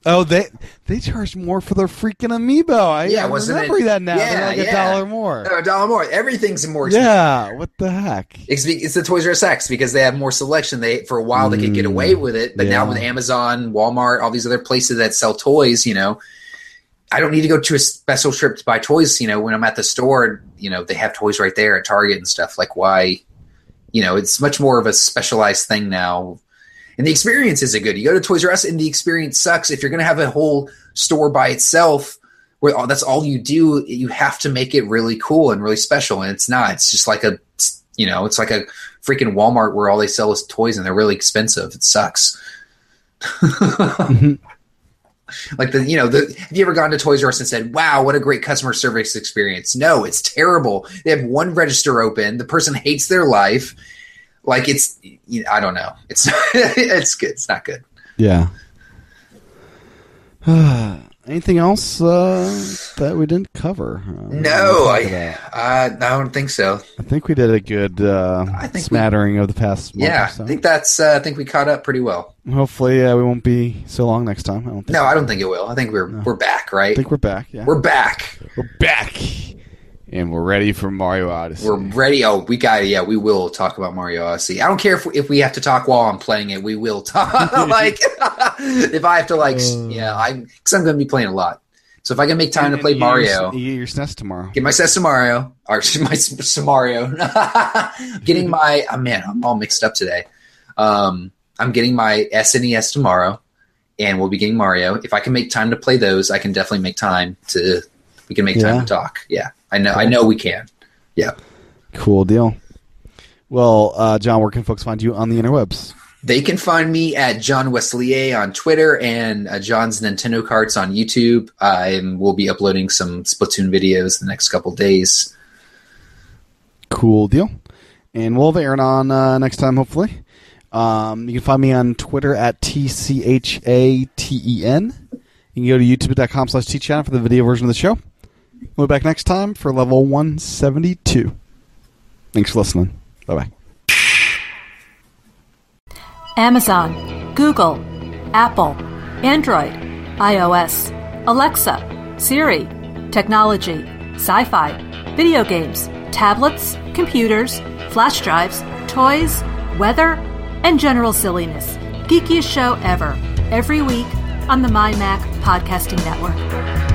S2: Oh, they they charged more for their freaking Amiibo. I,
S3: Yeah,
S2: I
S3: wasn't
S2: remember
S3: it-
S2: that now. They're
S3: yeah,
S2: like a
S3: yeah.
S2: dollar more.
S3: Uh, a dollar more. Everything's more expensive.
S2: Mm-hmm. Yeah, what the heck?
S3: It's, be- it's the Toys R Us X because they have more selection. They for a while they could get away with it, but now
S2: yeah.
S3: with Amazon, Walmart, all these other places that sell toys, you know, I don't need to go to a special trip to buy toys. You know, when I'm at the store, you know, they have toys right there at Target and stuff. Like, why? You know, it's much more of a specialized thing now, and the experience isn't good. You go to Toys R Us, and the experience sucks. If you're going to have a whole store by itself, where all, that's all you do, you have to make it really cool and really special. And it's not. It's just like a, you know, it's like a freaking Walmart where all they sell is toys and they're really expensive. It sucks. (laughs) like the, you know, the, have you ever gone to Toys R Us and said, "Wow, what a great customer service experience"? No, it's terrible. They have one register open. The person hates their life. Like it's, you know, I don't know. (laughs) It's it's good. It's not good.
S2: Yeah. (sighs) Anything else uh, that we didn't cover? Uh,
S3: No,
S2: let me think
S3: I,
S2: about it.
S3: I, I don't think so.
S2: I think we did a good uh,
S3: I think we-
S2: smattering of the past. month
S3: Yeah,
S2: or so.
S3: I think that's. Uh, I think we caught up pretty well.
S2: Hopefully, uh, we won't be so long next time. I don't think.
S3: No, I don't think it will. I think we're we're back, right?
S2: I think we're back. Yeah,
S3: We're back.
S2: We're back, and we're ready for Mario Odyssey.
S3: We're ready. Oh, we got. Yeah, we will talk about Mario Odyssey. I don't care if if we have to talk while I'm playing it. We will talk. (laughs) like if I have to, like s- yeah, I'm because I'm going to be playing a lot. So if I can make time to play
S2: You get your-
S3: Mario,
S2: You get your SNES tomorrow.
S3: get my sets to Mario or (laughs) my s- to Mario. (laughs)
S2: (laughs)
S3: getting my oh man, I'm all mixed up today. Um, I'm getting my SNES tomorrow, and we'll be getting Mario. If I can make time to play those, I can definitely make time to. We can make time
S2: Yeah.
S3: to talk. Yeah, I know. I know we can. Yeah.
S2: Cool deal. Well, uh, John, where can folks find you on the interwebs?
S3: They can find me at John Wesley on Twitter and uh, John's Nintendo Carts on YouTube. I will be uploading some Splatoon videos the next couple days.
S2: Cool deal. And we'll have Aaron on uh, next time, hopefully. Um, you can find me on Twitter at T-C-H-A-T-E-N. E You can go to youtube.com slash tchannel for the video version of the show. We'll be back next time for level 172. Thanks for listening. Bye-bye.
S4: Amazon, Google, Apple, Android, iOS, Alexa, Siri, technology, sci fi, video games, tablets, computers, flash drives, toys, weather, and general silliness. Geekiest show ever, every week on the My Mac Podcasting Network.